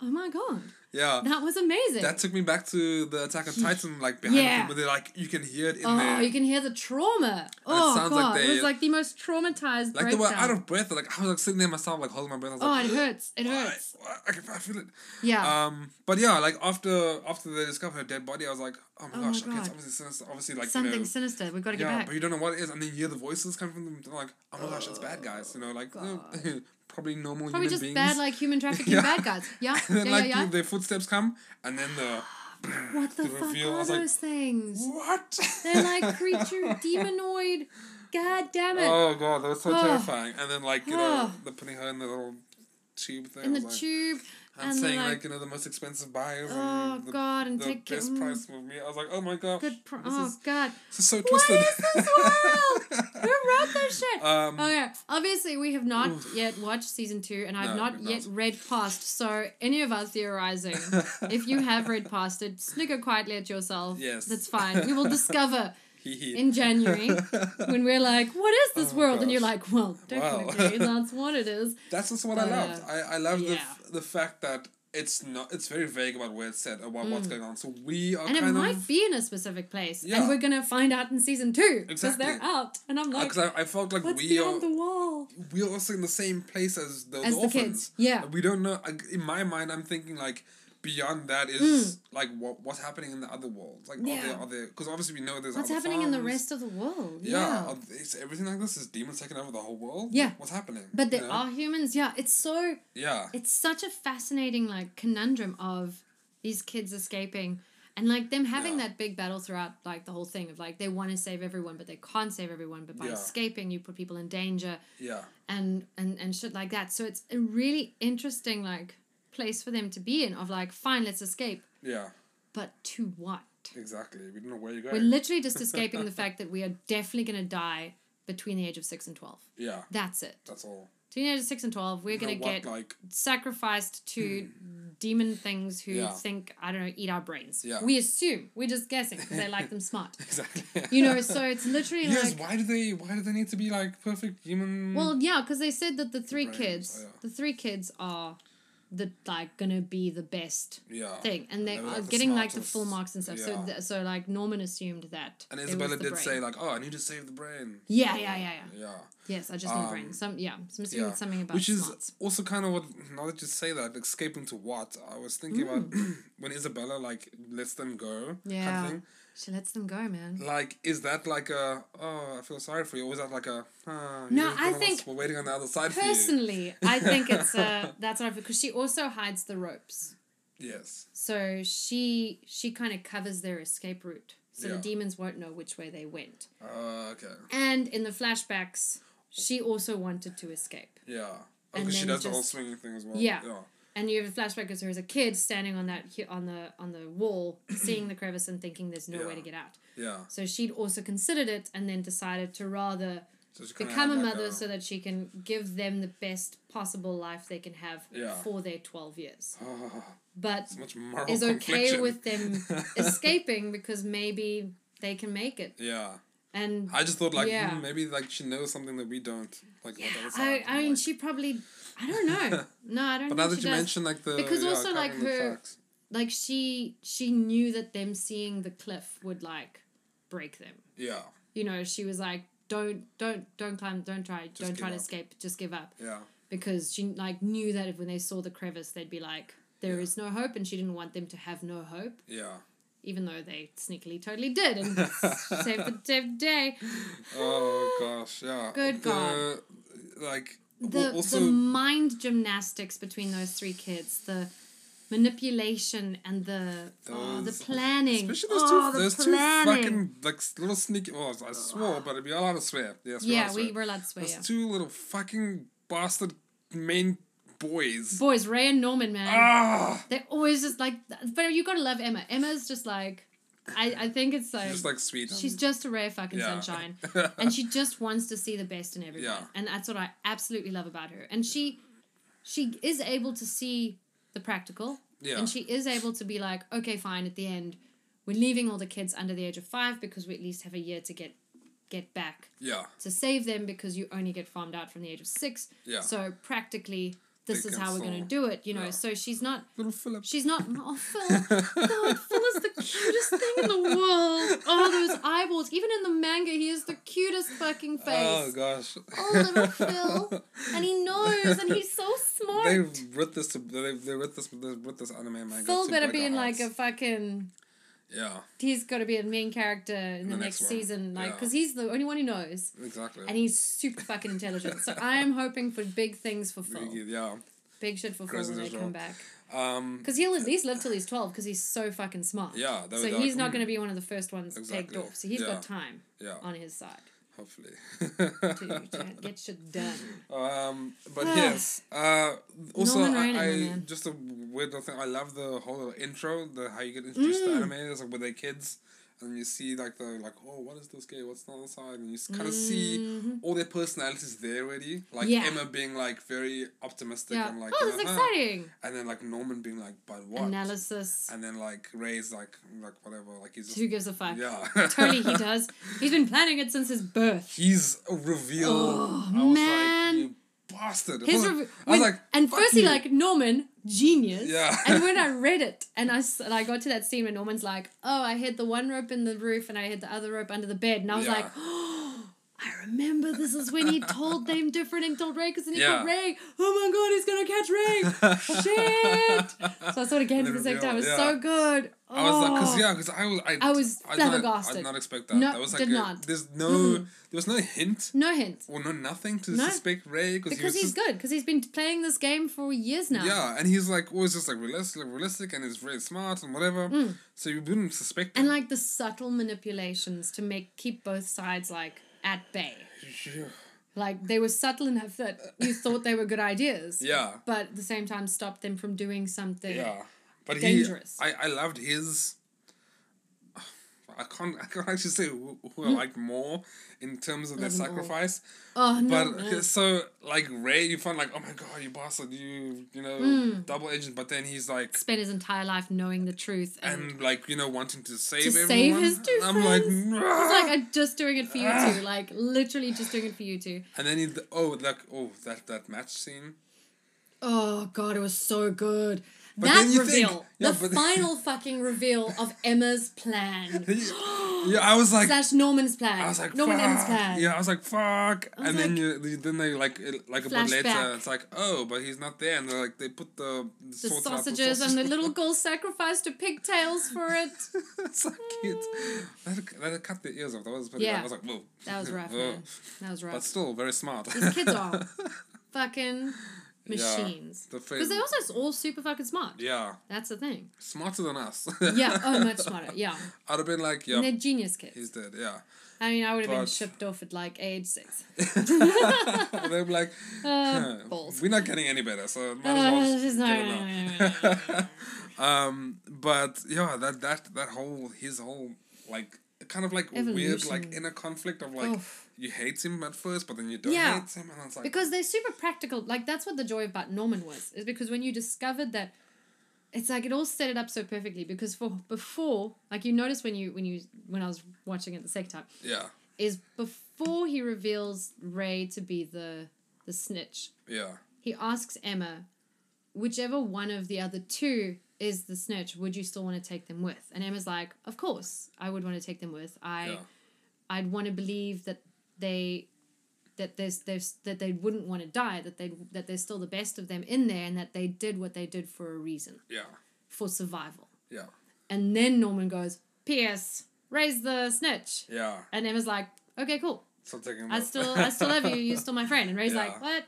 A: oh my god,
B: Yeah.
A: that was amazing.
B: That took me back to the Attack on Titan, like behind
A: Yeah.
B: the but they're like you can hear it in
A: oh,
B: there.
A: you can hear the trauma. Oh
B: sounds like
A: god, it
B: they-
A: was like the most traumatized
B: like they
A: breakdown.
B: were out of breath. Like I was like sitting there myself, like holding my breath. I was
A: oh,
B: like,
A: it hurts. It
B: "Why?
A: hurts.
B: Why? I can I feel it.
A: Yeah.
B: Um, but yeah, like after after they discover her dead body, I was like, oh my
A: Oh my
B: gosh, okay, it's
A: God.
B: obviously sinister. Obviously, like
A: Something
B: you know,
A: sinister. We've got to get
B: yeah,
A: back.
B: but you don't know what it is, and then you hear the voices coming from them. they're like, oh my gosh, it's bad guys. You know, like "Oh,
A: God.
B: probably normal
A: Probably
B: human
A: just
B: beings.
A: bad, like human trafficking
B: Yeah.
A: bad guys. Yeah,
B: and then
A: yeah,
B: like
A: yeah,
B: the- their footsteps come, and then the
A: yeah. What the,
B: the
A: fuck
B: reveal, I
A: are
B: was
A: those
B: like,
A: things?
B: what?
A: They're like creature demonoid. God damn it!
B: Oh god, that was so
A: Oh.
B: terrifying. And then like you know,
A: Oh.
B: they're putting her in the little tube thing.
A: in
B: I
A: the
B: was like,
A: tube,
B: and,
A: and
B: saying
A: like,
B: like, you know the most expensive buyers.
A: oh
B: and the,
A: god, and
B: the
A: take care.
B: best
A: mm,
B: price movie. I was like, oh my god,
A: Good. Pr-
B: this
A: oh
B: is
A: god,
B: This is so
A: what
B: twisted.
A: is this world? Who wrote this shit?
B: Um,
A: okay, obviously we have not
B: Oof.
A: yet watched season two, and I've
B: No,
A: not
B: we've
A: yet read past. So any of us theorizing, if you have read past it, snigger quietly at yourself.
B: Yes.
A: that's fine. We will discover
B: Hee hee.
A: in January when we're like, "What is this
B: Oh,
A: world?" And you're
B: gosh.
A: like, "Well,
B: Wow.
A: definitely that's what it is."
B: That's just what I
A: But, uh,
B: loved. I, I love the, f-
A: yeah.
B: the fact that it's not it's very vague about where it's set about what's going on. So we are
A: Mm. And it
B: kind
A: might
B: of
A: be in a specific place,
B: Yeah.
A: and we're gonna find out in season two because
B: Exactly.
A: they're out. And I'm like,
B: because uh, I, I felt like
A: "What's
B: we are
A: beyond the wall?"
B: we are also in the same place as the,
A: As
B: the
A: the
B: orphans.
A: kids, yeah.
B: We don't know. I, in my mind, I'm thinking like beyond that is like what what's happening in the other worlds. Like
A: Hmm. Yeah.
B: are there are there because obviously we know there's
A: What's
B: other
A: happening in the
B: farms.
A: rest of the world?
B: Yeah,
A: Yeah.
B: yeah. Is everything like this? Is demons taking over the whole world?
A: Yeah.
B: What's happening?
A: But
B: You
A: there
B: know?
A: are humans. Yeah, it's so
B: Yeah.
A: it's such a fascinating like conundrum of these kids escaping and like them having
B: Yeah.
A: that big battle throughout like the whole thing of like they want to save everyone but they can't save everyone but by
B: Yeah.
A: escaping you put people in danger
B: Yeah.
A: and and and shit like that. So it's a really interesting like place for them to be in of like fine let's escape
B: Yeah.
A: but to what?
B: Exactly. We don't know where you're going.
A: We're literally just escaping the fact that we are definitely going to die between the age of 6 and 12.
B: yeah.
A: That's it.
B: That's all.
A: Between the age of 6 and 12, we're
B: You know
A: going to
B: what,
A: get
B: like
A: sacrificed to demon things who
B: Hmm. Yeah.
A: think I don't know eat our brains.
B: Yeah.
A: We assume we're just guessing because they like them smart.
B: exactly.
A: You know, so it's literally
B: yes.
A: like
B: why do they? Why do they need to be like perfect human?
A: well, yeah, because they said that the three
B: brains,
A: kids,
B: oh, yeah.
A: the three kids are the like gonna be the best
B: yeah.
A: thing, and they
B: They were,
A: are
B: like, the
A: getting like the
B: smartest.
A: full marks and stuff.
B: Yeah.
A: So th- so like Norman assumed that.
B: And
A: it was
B: Isabella
A: the
B: did
A: brain.
B: say like, "Oh, I need to save the brain."
A: Yeah, yeah, yeah, yeah.
B: Yeah.
A: Yes, I just need brain.
B: Um,
A: Some yeah, some assuming
B: Yeah.
A: something about
B: Which is
A: smarts.
B: also kind of what. Now that you say that, escaping to what? I was thinking about when Isabella like lets them go. Kind
A: Mm. Yeah.
B: of thing.
A: She lets them go, man.
B: Like, is that like a? Oh, I feel sorry for you. Or is that like a? Oh,
A: No,
B: you're the
A: I
B: one that's-
A: think
B: we're waiting on the other side for
A: Personally, I think it's uh that's what I because she also hides the ropes.
B: you. Yes.
A: So she she kind of covers their escape route. So
B: Yeah.
A: the demons won't know which way they went.
B: Uh, okay.
A: And in the flashbacks, she also wanted to escape.
B: Yeah. Oh,
A: And
B: because she
A: then
B: does the whole
A: just-
B: swinging thing as well.
A: Yeah.
B: Yeah.
A: and you have a flashback as her as a kid standing on that hu- on the on the wall, seeing the crevice and thinking there's no way
B: Yeah.
A: to get out.
B: Yeah.
A: So she'd also considered it and then decided to rather
B: So she kinda
A: become a
B: had like
A: mother so that she can give them the best possible life they can have
B: Yeah.
A: for their 12 years.
B: Ah,
A: But
B: so much moral
A: is okay
B: confliction.
A: with them escaping because maybe they can make it.
B: Yeah.
A: And
B: I just thought like
A: Yeah.
B: hmm, maybe like she knows something that we don't. Like
A: yeah,
B: on the other
A: I,
B: side,
A: I
B: and,
A: mean,
B: like-
A: she probably, I don't know. No, I don't
B: But
A: know.
B: now that
A: she
B: you
A: does.
B: mention like the
A: Because
B: yeah,
A: also,
B: covering
A: like,
B: the
A: her-
B: tracks.
A: like she, she knew that them seeing the cliff would like break them.
B: Yeah.
A: You know, she was like, don't, don't, don't climb, don't try, don't
B: give
A: try to
B: up.
A: escape, just give up.
B: Yeah.
A: because she like knew that if when they saw the crevice they'd be like there is no hope and she didn't want them to have no hope
B: Yeah.
A: even though they sneakily totally did and saved the saved the day
B: Oh gosh, yeah.
A: Good
B: the, Like
A: the,
B: al- also
A: the mind gymnastics between those three kids the manipulation and the oh, the
B: Those-
A: planning
B: especially those two,
A: oh, the
B: those two
A: planning
B: fucking like s- little sneaky. Oh, I swore, but we are allowed to swear. Yes, we're allowed
A: yeah
B: to
A: we
B: swear.
A: were allowed to swear
B: Those
A: yeah.
B: two little fucking bastard main boys.
A: boys Ray and Norman man
B: Ah,
A: they're always just like but you gotta love Emma Emma's just like I, I think it's like
B: just like sweet.
A: She's just a rare fucking
B: Yeah.
A: sunshine. and she just wants to see the best in everyone.
B: Yeah.
A: And that's what I absolutely love about her. And she she is able to see the practical.
B: Yeah.
A: And she is able to be like, okay, fine, at the end, we're leaving all the kids under the age of five because we at least have a year to get get back
B: yeah,
A: to save them because you only get farmed out from the age of six.
B: Yeah.
A: So practically this
B: They
A: is
B: can
A: how we're gonna
B: still-
A: do it, you know.
B: yeah.
A: So she's not
B: little Philip.
A: She's not. Oh, Phil. God, Phil is the cutest thing in the world. Oh, those eyeballs. Even in the manga, he is the cutest fucking
B: Oh
A: face.
B: gosh.
A: Oh, little Phil. And he knows, and he's so smart.
B: They writ this. They they writ this. They writ this anime and manga.
A: Phil
B: to
A: better
B: break
A: be
B: our
A: in like a
B: hearts.
A: fucking.
B: Yeah,
A: He's got to be a main character in the,
B: the
A: next,
B: next one.
A: season, like,
B: Yeah.
A: because he's the only one who knows,
B: exactly.
A: and he's super fucking intelligent. So I am hoping for big things for Phil,
B: yeah.
A: big shit for Phil
B: Grows
A: when
B: in
A: they
B: his
A: come
B: role.
A: back,
B: Um.
A: because he'll at least live till he's twelve, because he's so fucking smart.
B: Yeah. they
A: So
B: were
A: he's
B: like,
A: not
B: "Mm,
A: going to be one of the first ones
B: Exactly.
A: pegged off. So he's
B: Yeah.
A: got time
B: Yeah.
A: on his side
B: Hopefully.
A: to, to get shit done.
B: Um, but yes, uh, also
A: Norman
B: I,
A: Reedus,
B: I-
A: man.
B: just a weird little thing. I love the whole little intro, the how you get introduced
A: Mm.
B: to anime. It's like with their kids, and you see like the like, oh, what is this game? What's on the side? And you kind of
A: Mm. Mm-hmm.
B: see all their personalities there already. Like
A: Yeah.
B: Emma being like very optimistic
A: Yeah.
B: and like,
A: oh,
B: you
A: this is
B: know, "Huh."
A: exciting.
B: and then like Norman being like, but what?
A: Analysis.
B: And then like Ray's like like whatever. Like he's
A: Who
B: just
A: gives a fuck?
B: yeah.
A: Totally, he does. He's been planning it since his birth.
B: He's a reveal.
A: Oh,
B: I was
A: man.
B: like, you bastard. I
A: His
B: was like-
A: rev-
B: I
A: when-
B: was like,
A: and
B: fuck
A: firstly,
B: you.
A: like Norman, genius.
B: Yeah.
A: and when I read it, and I, s- and I got to that scene where Norman's like, "Oh, I hid the one rope in the roof, and I hid the other rope under the bed," and I was
B: Yeah.
A: like, "Oh, I remember this is when he told them different and told Ray because then he
B: Yeah.
A: called Ray. Oh my God, he's gonna catch Ray! Shit!" So I saw it again for the second time. It was
B: Yeah.
A: so good. Oh.
B: I was like, cause yeah, cause I was, I,
A: I was
B: did not- I
A: flabbergasted.
B: did not expect that.
A: No,
B: that was like
A: did
B: a-
A: not.
B: There's no, there was no hint
A: No hint.
B: or no nothing to
A: No.
B: suspect Ray because he
A: Because
B: was
A: he's
B: just,
A: good. Because he's been playing this game for years now.
B: yeah, and he's like always just like realistic, realistic, and he's very smart and whatever. So you wouldn't suspect.
A: Mm. And
B: him.
A: like the subtle manipulations to make keep both sides like at bay. Like they were subtle enough that you thought they were good ideas.
B: yeah,
A: But at the same time stopped them from doing something.
B: yeah, but
A: Dangerous.
B: he, I, I loved his. I can't, I can't actually say who, who I
A: Hmm.
B: like more in terms of their
A: Love them all.
B: sacrifice.
A: Oh no.
B: But
A: no.
B: so like Ray, you find like, oh my god, you bastard, you you know,
A: Hmm.
B: double agent. But then he's like,
A: Spent his entire life knowing the truth and,
B: and like you know, wanting to save
A: save
B: everyone.
A: his two
B: And I'm like,
A: friends.
B: "Nah."
A: it's like I'm just doing it for you
B: Ah.
A: two. Like literally just doing it for you two.
B: and then he oh like oh that that match scene.
A: Oh god, it was so good. that
B: then you
A: reveal,
B: think- yeah,
A: the
B: but-
A: final fucking reveal of Emma's plan
B: yeah, I was like,
A: slash Norman's plan.
B: I was like,
A: Norman Emma's
B: fuck.
A: plan.
B: Yeah, I was like, fuck.
A: was
B: and then
A: like-
B: you you- then they like it- like a bit later,
A: Flashback.
B: it's like oh, but he's not there, and they're like they put the
A: the sausages and the little girl sacrificed her pigtails for it.
B: it's like cute. That that cut the ears off. That was pretty.
A: Mm. Yeah.
B: I was like, whoa.
A: That was rough,
B: Ugh.
A: man. That was rough.
B: But still, very smart.
A: These kids are fucking machines.
B: The
A: Because
B: friend.
A: they're also all super fucking smart.
B: Um, yeah,
A: That's the thing.
B: smarter than us.
A: Yeah. Oh, much smarter. Yeah.
B: I'd have been like,
A: And they're
B: yep,
A: genius kids.
B: he's dead. Yeah.
A: I mean, I would have been
B: But-
A: shipped off at like age six.
B: They'd be like,
A: Uh,
B: huh,
A: balls.
B: we're not getting any better, so might as well
A: Uh,
B: just
A: just no,
B: get it
A: no,
B: now.
A: no, no, no, no, no.
B: um, but yeah, that that that whole his whole like kind of like weird like
A: Evolution.
B: inner conflict of like
A: Oof.
B: you hate him at first, but then you don't
A: Yeah.
B: hate him, and it's like
A: Because they're super practical. Like that's what the joy about Norman was. Is because when you discovered that, it's like it all set it up so perfectly. Because for before, like you notice when you when you when I was watching it the second time,
B: yeah,
A: is before he reveals Ray to be the the snitch,
B: yeah,
A: he asks Emma, whichever one of the other two is the snitch, would you still want to take them with? And Emma's like, of course, I would want to take them with. I.
B: yeah,
A: I'd want to believe that they that there's there's that they wouldn't want to die that they that there's still the best of them in there and that they did what they did for a reason
B: yeah,
A: for survival
B: yeah,
A: and then Norman goes P.S. raise the snitch
B: yeah.
A: and Emma's like okay cool
B: So I'm taking. him
A: I
B: out.
A: still I still love you you're still my friend and Ray's
B: Yeah.
A: like what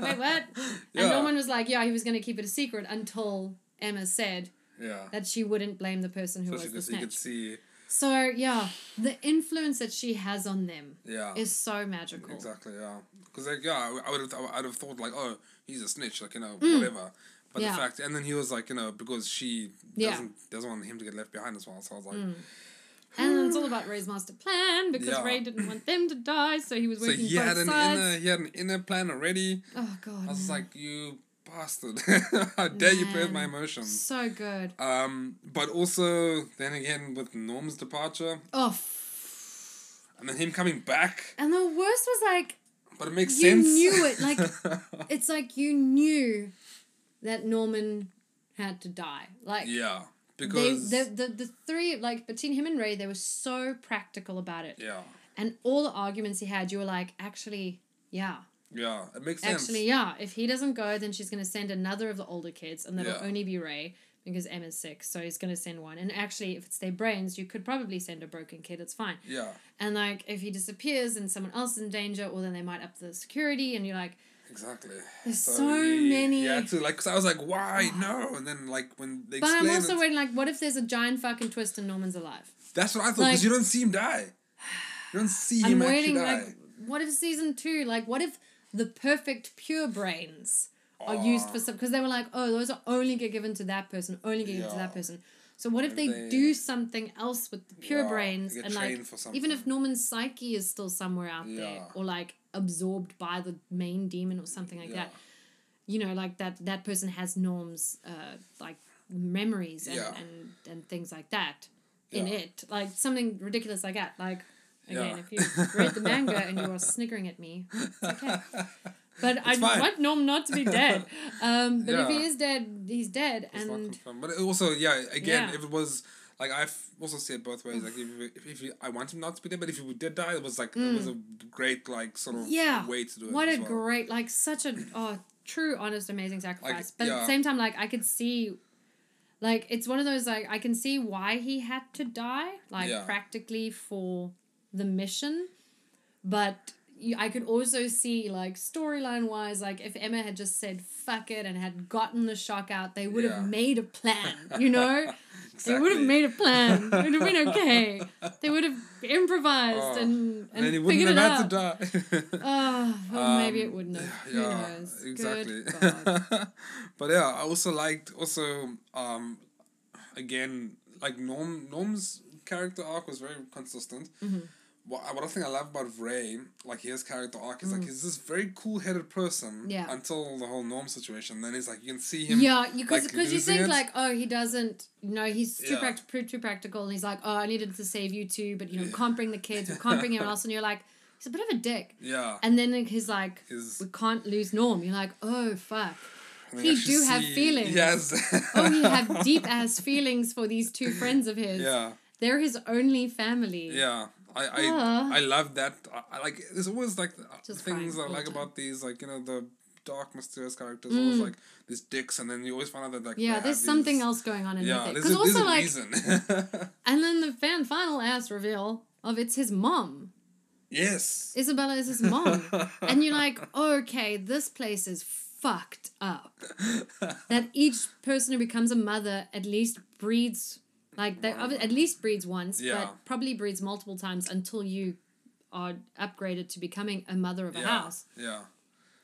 A: wait what
B: Yeah.
A: and Norman was like yeah he was gonna keep it a secret until Emma said
B: Yeah.
A: that she wouldn't blame the person who
B: So
A: was
B: she
A: the
B: could, you could
A: snitch
B: see.
A: so yeah the influence that she has on them
B: Yeah.
A: is so magical.
B: Oh. Exactly, yeah. Because like, yeah, I w- I would have, I'd have thought like, oh, he's a snitch, like you know, whatever. But
A: Mm. Yeah.
B: the fact, and then he was like, you know, because she
A: Yeah. Mm.
B: doesn't doesn't want him to get left behind as well. So I was like,
A: And it's all about Ray's master plan because
B: Yeah.
A: Ray didn't want them to die, so he was
B: so
A: working
B: he
A: both
B: had an
A: sides.
B: inner, he had an inner plan already.
A: Oh god,
B: I was just
A: man.
B: like, you bastard! How dare you play with my
A: Man.
B: emotions?
A: so good.
B: Um, but also then again with Norm's departure
A: Oh, f-
B: and then him coming back,
A: and the worst was like
B: but it makes
A: You
B: sense.
A: knew it, like- it's like you knew that Norman had to die. Like
B: yeah,
A: they,
B: because
A: the, the the three like between him and Ray, they were so practical about it,
B: yeah,
A: and all the arguments he had, you were like, actually, yeah.
B: yeah, it makes sense.
A: Actually, yeah. If he doesn't go, then she's going to send another of the older kids, and that'll
B: Yeah.
A: only be Ray because Em is sick, so he's going to send one. And actually, if it's their brains, you could probably send a broken kid. It's fine.
B: yeah,
A: And like, if he disappears and someone else is in danger, well, then they might up the security, and you're like,
B: Exactly.
A: There's so many-
B: Yeah, too. Like, 'cause I was like, why no? And then like when they
A: but
B: explain
A: I'm also
B: it,
A: waiting. Like, what if there's a giant fucking twist and Norman's alive?
B: that's what I thought because
A: like-
B: you don't see him die. You don't see
A: I'm
B: him actually
A: waiting.
B: die.
A: Like, what if season two? Like, what if the perfect pure brains are
B: Oh.
A: used for some? Because they were like, oh, those are only get given to that person, only get given to
B: Yeah.
A: that person. So what if
B: What
A: they,
B: if
A: do
B: they-
A: something else with the pure
B: Yeah,
A: brains
B: get
A: and like
B: trained for
A: even if
B: something.
A: Norman's psyche is still somewhere out there
B: Yeah.
A: or like absorbed by the main demon or something like
B: Yeah.
A: that. You know, like that that person has Norm's uh like memories and
B: Yeah.
A: and, and things like that in
B: Yeah.
A: it. Like something ridiculous like that. Like again,
B: Yeah.
A: if you read the manga and you are snickering at me, it's okay. But I
B: fine.
A: want Norm not to be dead. Um, but if he
B: Yeah.
A: is dead, he's dead.
B: It's not
A: and
B: confirmed. But it also, yeah, again,
A: Yeah.
B: if it was like I've also see it both ways. Like if if, if you, I want him not to be dead, but if he did die, it was like it was a great like sort of
A: Mm. Yeah.
B: way to do it.
A: What a
B: as well.
A: great, like, such a oh, true, honest, amazing sacrifice. but at the
B: yeah.
A: same time, like, I could see, like, it's one of those, like, I can see why he had to die, like,
B: Yeah.
A: practically for the mission. But you, I could also see, like, storyline wise, like, if Emma had just said fuck it and had gotten the shock out, they would have
B: Yeah.
A: made a plan, you know? They would have
B: Exactly.
A: made a plan. It would have been okay. They would have improvised
B: Oh.
A: and, and,
B: And then he wouldn't
A: figured
B: have
A: it out.
B: had to die.
A: Oh, well, maybe it
B: Um,
A: wouldn't have. Who knows?
B: Exactly.
A: Good God.
B: but yeah, I also liked also um again like Norm Norm's character arc was very consistent.
A: Mm-hmm.
B: What, I- what I think I love about Ray, like his character arc, is like he's this very cool headed person
A: Mm. Yeah.
B: until the whole Norm situation. Then he's like you can see him
A: Yeah, because
B: like,
A: you
B: losing
A: think
B: it.
A: like, oh, he doesn't. No, he's too,
B: Yeah.
A: pract- pr- too practical, and he's like, oh, I needed to save you too, but you know, can't bring the kids, we can't bring anyone else, and you're like, he's a bit of a dick.
B: yeah.
A: And then like, he's like,
B: His-
A: we can't lose Norm. You're like, oh fuck.
B: and then you
A: he
B: actually
A: do have feelings.
B: Yes.
A: Oh, he have deep ass feelings for these two friends of his.
B: Yeah.
A: They're his only family.
B: Yeah, I I,
A: Ah.
B: I love that. uh, I, I like there's always like the
A: Just
B: things
A: crying
B: I
A: all
B: like
A: the
B: about these like you know the dark mysterious characters always like these dicks and then you always find out that like
A: Mm. Yeah,
B: they
A: there's
B: have
A: something
B: these-
A: else going on in
B: Yeah,
A: there.
B: there's a,
A: Because
B: there's
A: also
B: a
A: like,
B: reason.
A: and then the fan final ass reveal of it's his mom.
B: yes.
A: Isabella is his mom. and you're like, okay, this place is fucked up. that each person who becomes a mother at least breeds like they obvi- at least breeds once,
B: Yeah.
A: but probably breeds multiple times until you are upgraded to becoming a mother of a
B: yeah.
A: house.
B: Yeah.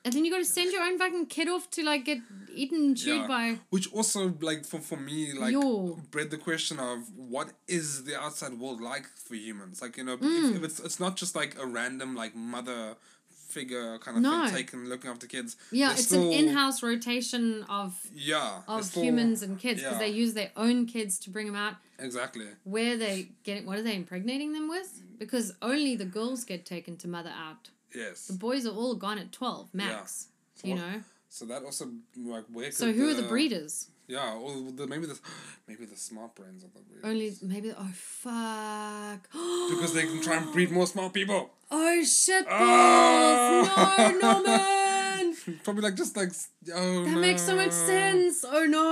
A: And then you got to send your own fucking kid off to like get eaten and chewed
B: Yeah.
A: by.
B: Which also, like, for, for me, like,
A: Yo.
B: bred the question of what is the outside world like for humans? Like, you know, if,
A: Mm.
B: if it's, it's not just like a random, like, mother figure kind of
A: No.
B: thing taken looking after kids.
A: Yeah,
B: There's
A: it's
B: still-
A: an in-house rotation of
B: Yeah.
A: of
B: there's still-
A: humans and kids because
B: yeah.
A: they use their own kids to bring them out.
B: Exactly.
A: Where they getting? What are they impregnating them with? Because only the girls get taken to mother out.
B: Yes.
A: The boys are all gone at twelve max.
B: So
A: You
B: what-
A: know.
B: So that also, like, where
A: So
B: could
A: who are the breeders?
B: Yeah, or the, maybe the maybe the smart brains are the breeders.
A: Only maybe. Oh fuck.
B: because they can try and breed more smart people.
A: Oh shit, balls!
B: Oh.
A: No, no man.
B: Probably like just like s- oh
A: That makes so much
B: no.
A: sense. Oh no.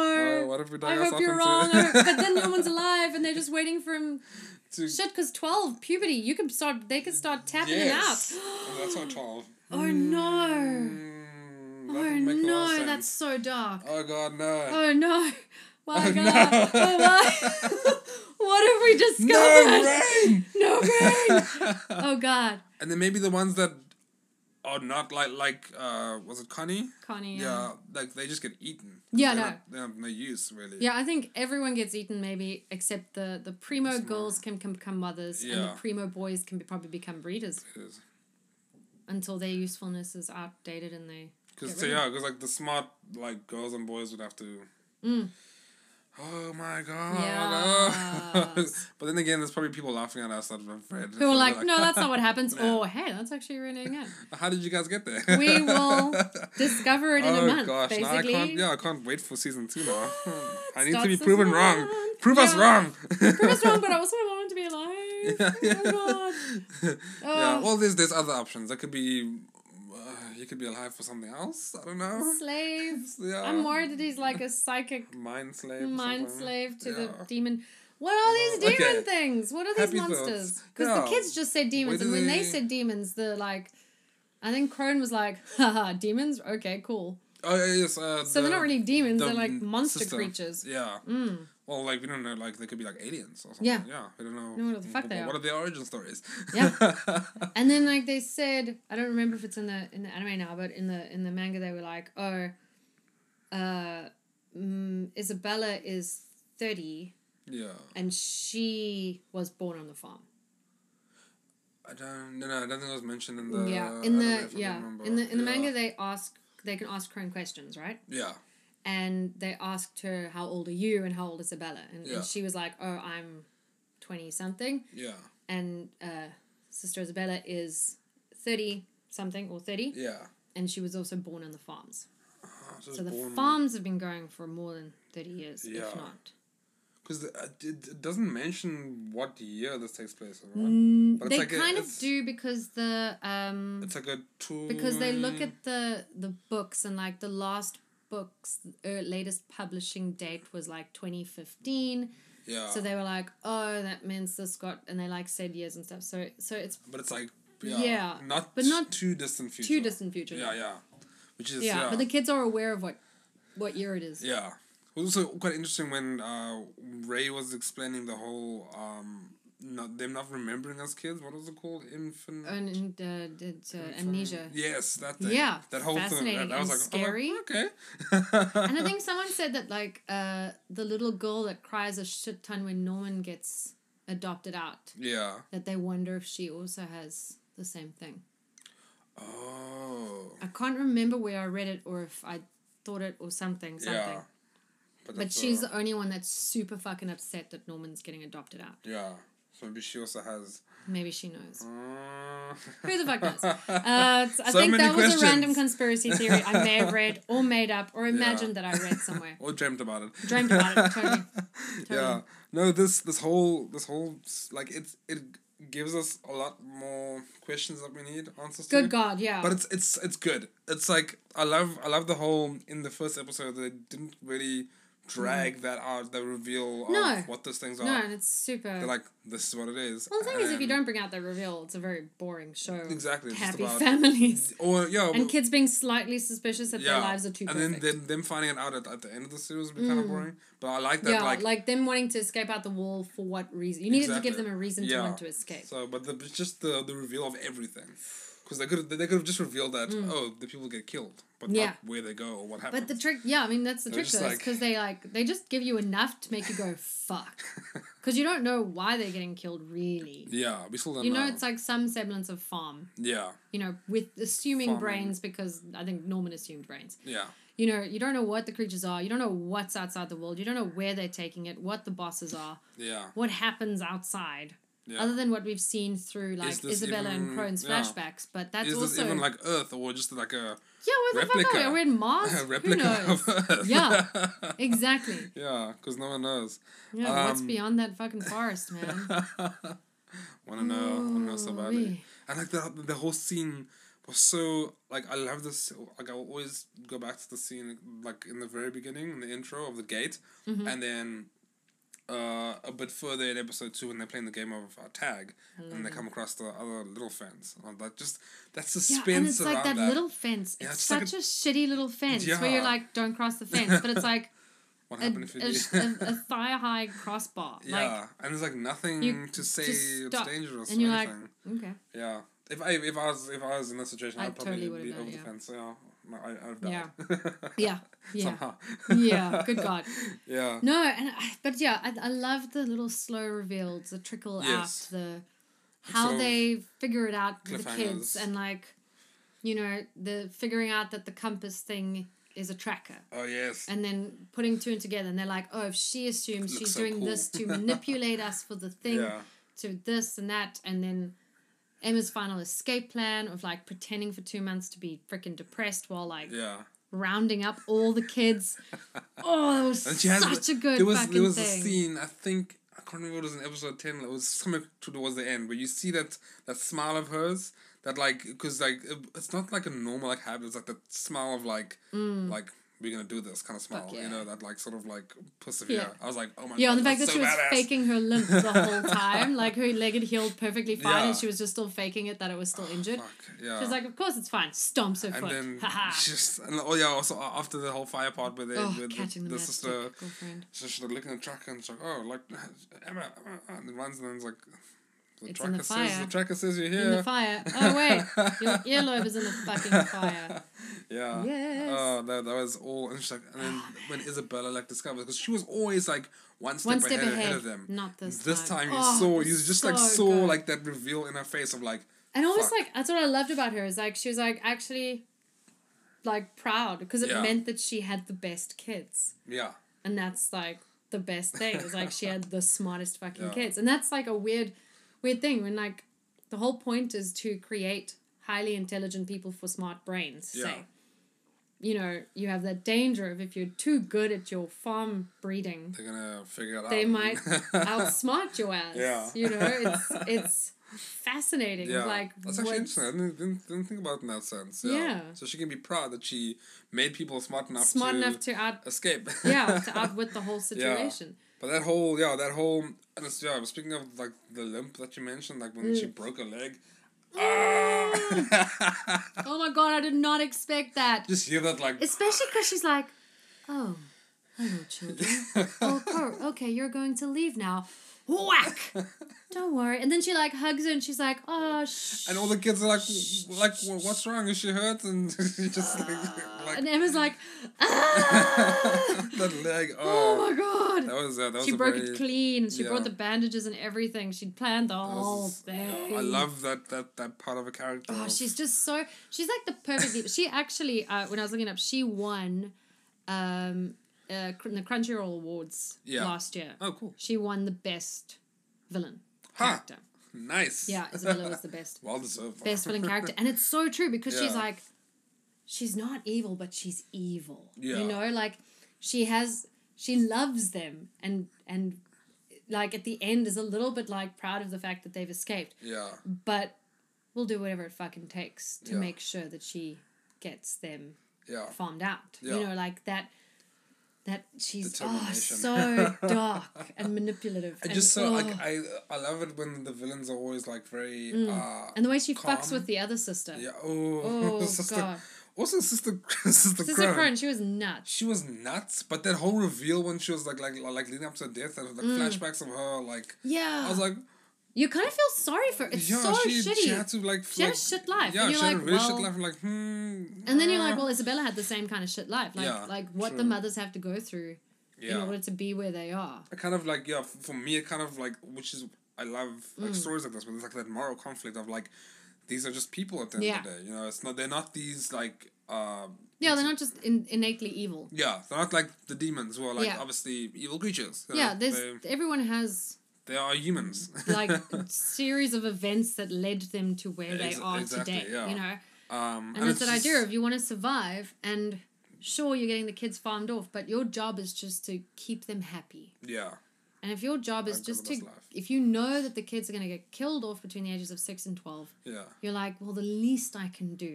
B: Oh, what if we dug
A: I hope
B: ourselves
A: you're wrong.
B: into-
A: or- but then no one's alive, and they're just waiting for him.
B: To-
A: Shit, because 12, puberty, you can start, they can start tapping
B: yes.
A: it out.
B: Oh, that's not twelve.
A: Oh no.
B: Mm, that
A: Oh
B: would make a lot
A: no,
B: of
A: that's
B: sense.
A: so dark.
B: Oh god no.
A: Oh no. My
B: Oh,
A: god.
B: no.
A: Oh my. what have we discovered?
B: no
A: No brain.
B: brain.
A: oh god.
B: and then maybe the ones that are not like like uh was it Connie?
A: Connie. um,
B: Yeah,
A: Yeah.
B: like they just get eaten.
A: Yeah,
B: they
A: no.
B: don't- They have no use really.
A: Yeah, I think everyone gets eaten maybe except the, the primo
B: Smart.
A: girls can, can become mothers and the
B: Yeah.
A: primo boys can be, probably become breeders
B: Because
A: until their usefulness is outdated and they Get
B: so
A: rid of
B: yeah, because like the smart like girls and boys would have to.
A: Mm.
B: Oh my god! oh.
A: Yes.
B: but then again, there's probably people laughing at us that have read.
A: who are like, no, that's not what happens.
B: Yeah.
A: Oh, hey, that's actually really good.
B: How did you guys get there?
A: We will discover it in a month,
B: now
A: basically.
B: I can't, yeah, I can't wait for season two now. I need
A: Starts
B: to be
A: this
B: proven wrong.
A: month.
B: Prove us
A: Yeah.
B: wrong.
A: Prove us wrong, but I also want to be alive. Oh my
B: yeah,
A: god. Oh,
B: well, there's there's other options. That could be, uh, you could be alive for something else. I don't know.
A: slave.
B: Yeah.
A: I'm worried that he's like a psychic
B: Mind slave. or
A: mind
B: something.
A: slave to
B: Yeah.
A: the demon. What are
B: Uh,
A: these demon
B: okay.
A: things? What are these
B: Happy
A: monsters?
B: thoughts.
A: Because the
B: Yeah.
A: kids just said demons,
B: do
A: and when they
B: they-
A: said demons, the like, I think Crone was like, haha, demons? Okay, cool.
B: Oh yeah, yes. Uh,
A: So they're not really demons, they're
B: the
A: like monster
B: system.
A: creatures.
B: Yeah.
A: Mm.
B: Well, like we don't know. Like they could be like aliens or something.
A: Yeah.
B: Yeah. Yeah. We don't know.
A: know what the fuck they
B: what,
A: are.
B: are their origin stories?
A: Yeah. And then like they said, I don't remember if it's in the in the anime now, but in the in the manga they were like, oh, uh, mm, Isabella is thirty
B: yeah.
A: and she was born on the farm.
B: I don't. No, no. I don't think it was mentioned in the.
A: yeah,
B: Uh, I don't
A: in
B: know
A: the
B: if I
A: yeah
B: remember.
A: in the in the
B: Yeah.
A: manga they ask they can ask Crone questions, right?
B: Yeah.
A: And they asked her, "How old are you?" and "How old is Isabella?" And,
B: Yeah.
A: and she was like, "Oh, I'm twenty something,"
B: Yeah.
A: and uh, sister Isabella is thirty something or thirty.
B: Yeah.
A: and she was also born on the farms.
B: Ah,
A: So the
B: born-
A: farms have been going for more than 30 years,
B: Yeah.
A: if not.
B: Because it, uh, it doesn't mention what year this takes place. in, Right?
A: Mm,
B: But it's
A: they
B: like a-
A: kind of
B: it's-
A: do because the um
B: It's like a two.
A: because they
B: Mm.
A: look at the the books and like the last books er, latest publishing date was like 2015
B: Yeah.
A: so they were like oh that means this got and they like said years and stuff so so it's
B: but it's like yeah.
A: Yeah,
B: Not.
A: but not
B: too distant future.
A: too distant future
B: Yeah. Yeah. Which is
A: yeah,
B: yeah.
A: but the kids are aware of what what year it is
B: Yeah. It was also quite interesting when uh, Ray was explaining the whole um, not them not remembering as kids. What was it called? Infant.
A: and, and uh, it's, uh, amnesia
B: Yes, that thing.
A: Yeah,
B: That whole
A: fascinating
B: thing. That was like,
A: and
B: scary. okay.
A: And I think someone said that like uh, the little girl that cries a shit ton when Norman gets adopted out,
B: yeah.
A: that they wonder if she also has the same thing.
B: Oh.
A: I can't remember where I read it or if I thought it or something, something.
B: Yeah.
A: But
B: that's,
A: she's
B: uh,
A: the only one that's super fucking upset that Norman's getting adopted out.
B: yeah. So maybe she also has.
A: Maybe she knows.
B: Uh,
A: Who the fuck knows? Uh, it's- I
B: So
A: think
B: many
A: that was
B: questions.
A: a random conspiracy theory I may have read or made up or imagined that I read somewhere.
B: or dreamt about it.
A: Dreamt about it, totally.
B: Yeah. No, this this whole this whole s- like it's it gives us a lot more questions that we need answers to.
A: Good God, yeah.
B: But it's it's it's good. It's like I love I love the whole in the first episode they didn't really drag that out, the reveal of
A: Mm. No.
B: what those things are.
A: No, and it's super.
B: They're like, this is what it is.
A: well, the thing is, if you
B: and-
A: don't bring out the reveal, it's a very boring show.
B: Exactly, it's just
A: Happy
B: about-
A: families.
B: Or, yeah.
A: And kids being slightly suspicious that their lives are too
B: and
A: perfect.
B: then them, them finding it out at, at the end of the series would be kind of boring. But I like that,
A: Mm. yeah,
B: like,
A: like, them wanting to escape out the wall for what reason? You needed to give
B: Exactly.
A: them a reason to
B: Yeah.
A: want to escape.
B: So, but the, it's just the the reveal of everything, because they could they could have just revealed that oh the people get killed, but
A: Mm. Yeah.
B: not where they go or what happened.
A: But the trick, yeah, I mean that's the
B: They're
A: trick
B: just
A: though,
B: like-
A: because they like they just give you enough to make you go fuck, because you don't know why they're getting killed really.
B: yeah, we still don't
A: You
B: know.
A: know, it's like some semblance of farm.
B: yeah,
A: You know, with assuming
B: Farming.
A: brains because I think Norman assumed brains.
B: yeah,
A: You know, you don't know what the creatures are. You don't know what's outside the world. You don't know where they're taking it. What the bosses are.
B: yeah,
A: What happens outside.
B: yeah.
A: Other than what we've seen through like
B: this
A: Isabella and
B: even-
A: Crone's
B: yeah.
A: flashbacks, but that's
B: Is
A: also
B: this even like Earth or just like a,
A: yeah, where the fuck are
B: replica?
A: we? We're in Mars.
B: a
A: Who
B: replica
A: knows?
B: of Earth?
A: Yeah. Exactly.
B: yeah, because no one knows.
A: Yeah, what's
B: Um,
A: beyond that fucking forest, man?
B: Want to know? Want to know so badly.
A: Ooh-wee.
B: And like the the whole scene was so like I love this. Like I will always go back to the scene like in the very beginning, in the intro of the gate,
A: Mm-hmm.
B: and then uh, a bit further in episode two when they're playing the game of uh, tag, and
A: Mm-hmm.
B: they come across the other little fans. And that just that
A: Yeah,
B: suspense
A: and it's
B: around
A: like that,
B: that.
A: little fence.
B: Yeah,
A: it's
B: it's like
A: such a, shitty little fence where you're
B: Yeah.
A: like, don't cross the fence, but it's like
B: what
A: a,
B: happened if you
A: a,
B: do-
A: a, thigh high crossbar.
B: yeah, and there's like nothing
A: you
B: to say
A: just
B: it's
A: stop,
B: dangerous
A: and
B: or
A: you're like-
B: anything.
A: Like, okay.
B: Yeah. If I if I was if I was in that situation,
A: I
B: I'd probably
A: totally would've
B: be
A: done
B: over
A: it,
B: the
A: yeah.
B: fence. Yeah, No, I, I've died.
A: Yeah. Yeah.
B: Somehow.
A: yeah. Good God.
B: Yeah.
A: No, and I, but yeah, I, I love the little slow reveals, the trickle
B: Yes.
A: out, the how
B: sort of
A: they figure it out with the kids,
B: cliffhangers.
A: and like, you know, the figuring out that the compass thing is a tracker.
B: Oh yes.
A: and then putting two and together and they're like oh if she assumes
B: Looks
A: she's
B: so
A: doing
B: cool.
A: this to manipulate us for the thing
B: yeah.
A: to this and that and then emma's final escape plan of like pretending for two months to be freaking depressed while like
B: Yeah.
A: rounding up all the kids oh that was
B: And she has
A: such a good
B: there was
A: fucking
B: there was
A: thing
B: a scene I think I can't remember if it was in episode ten. It was somewhere towards the end where you see that that smile of hers that like because like it, it's not like a normal like habit. It's like that smile of like like. We're gonna do this kind of smile,
A: Mm. yeah.
B: you know, that like sort of like persevere.
A: Yeah.
B: I was like, oh my
A: yeah,
B: god,
A: and the fact that
B: that's
A: she
B: so
A: was
B: badass.
A: faking her limp the whole time, like her leg had healed perfectly fine,
B: Yeah. Oh,
A: and she was just still faking it that it was still injured.
B: Fuck, yeah.
A: She was like, "Of course it's fine." Stomps her
B: and
A: foot.
B: then
A: Haha.
B: just and oh yeah, also a- after the whole fire part where they
A: Oh,
B: with the,
A: catching
B: the,
A: the,
B: sister
A: matchstick, girlfriend.
B: so she's like looking at the tracker and she's like, Oh like Emma, Emma and then runs and then it's like the
A: It's in
B: tracker
A: the
B: says
A: fire.
B: the tracker says you're
A: in
B: here.
A: the fire. Oh wait, your earlobe is in the fucking fire.
B: Yeah.
A: Yes.
B: Oh, that, that was all. And she's like, and then when Isabella like discovers, because she was always like one step,
A: One step
B: ahead,
A: ahead,
B: of them.
A: not this.
B: This time you
A: Oh,
B: saw,
A: it
B: you
A: was
B: just like
A: so
B: saw
A: good.
B: like that reveal in her face of like,
A: and almost
B: fuck.
A: like that's what I loved about her is like she was like actually, like proud because it
B: Yeah.
A: meant that she had the best kids,
B: yeah,
A: and that's like the best thing is like she had the smartest fucking
B: Yeah.
A: kids, and that's like a weird, weird thing when like the whole point is to create highly intelligent people for smart brains.
B: yeah,
A: Say. You know, you have that danger of if you're too good at your farm breeding,
B: they're gonna figure it out.
A: they might outsmart your ass.
B: Yeah.
A: You know, it's it's fascinating.
B: Yeah,
A: Like
B: that's actually
A: what's
B: interesting. I didn't, didn't, didn't think about it in that sense. Yeah.
A: Yeah.
B: So she can be proud that she made people smart enough
A: smart
B: to
A: enough to out
B: escape.
A: yeah, to outwit the whole situation.
B: But that whole yeah, that whole and it's, yeah. Speaking of like the limp that you mentioned, like when
A: Mm.
B: she broke her leg. Ah!
A: Oh my god, I did not expect that.
B: Just hear that like
A: Especially because she's like, Oh, hello children. Oh Cor- okay, you're going to leave now. Whack! Don't worry. And then she like hugs her and she's like, Oh sh
B: and all the kids are like like "Wha- what's wrong? Is she hurt? And she just like, like
A: and Emma's like, ah!
B: that leg.
A: Oh
B: Oh,
A: my god!
B: that was uh, that was
A: She
B: a
A: broke
B: very-
A: it clean. She
B: yeah.
A: brought the bandages and everything. She'd planned the
B: that was-
A: whole thing.
B: yeah, I love that that that part of a character.
A: Oh,
B: of-
A: she's just so. She's like the perfect. leader. she actually, uh, when I was looking up, she won, um, uh, cr- the Crunchyroll Awards
B: Yeah.
A: last year.
B: oh cool.
A: She won the best villain
B: Huh.
A: character.
B: Nice.
A: Yeah, Isabella was the best
B: Well deserved.
A: best villain character, and it's so true because she's
B: Yeah.
A: like, she's not evil, but she's evil.
B: Yeah.
A: You know, like she has, she loves them, and and like at the end is a little bit like proud of the fact that they've escaped,
B: Yeah.
A: but we'll do whatever it fucking takes to
B: Yeah.
A: make sure that she gets them
B: Yeah.
A: farmed out.
B: Yeah.
A: You know, like that. that she's oh,
B: Determination.
A: so dark and manipulative.
B: I just so like
A: oh. Mm.
B: I I love it when the villains are always like very uh
A: and the way she
B: calm.
A: fucks with the other sister.
B: yeah oh,
A: Oh
B: sister
A: god,
B: also sister sister,
A: Sister
B: Crone.
A: Crone, she was nuts.
B: She was nuts, but that whole reveal when she was like like like leading up to her death and like
A: Mm.
B: flashbacks of her like
A: Yeah,
B: I was like
A: you kind of feel sorry for. Ah, It's
B: yeah
A: so
B: she,
A: shitty.
B: she had to like
A: She had a
B: like-
A: shit life,
B: yeah
A: and you're
B: she had a
A: like,
B: really
A: well-
B: shit life and like hmm
A: And then you're like,
B: ah.
A: well, Isabella had the same kind of shit life, like
B: Yeah,
A: like what the
B: true.
A: mothers have to go through in
B: yeah
A: order to be where they are.
B: I kind of like yeah f- for me it kind of like which is I love
A: Mm.
B: like stories like this but it's like that moral conflict of like these are just people at the end
A: Yeah.
B: of the day you know it's not they're not these like um
A: Yeah, they're not just in, innately evil.
B: yeah they're not like the demons who are like
A: Yeah.
B: obviously evil creatures you
A: Yeah,
B: know?
A: there's
B: they,
A: everyone has
B: they are humans Um,
A: like series of events that led them to where they
B: Ex-
A: are
B: exactly,
A: today.
B: yeah.
A: You know,
B: um
A: and that's
B: it's
A: that idea
B: just-
A: of you want to survive, and sure you're getting the kids farmed off, but your job is just to keep them happy.
B: yeah
A: And if your job is
B: I've got
A: just to,
B: the best life.
A: if you know that the kids are going to get killed off between the ages of six and twelve,
B: yeah
A: you're like, well, the least I can do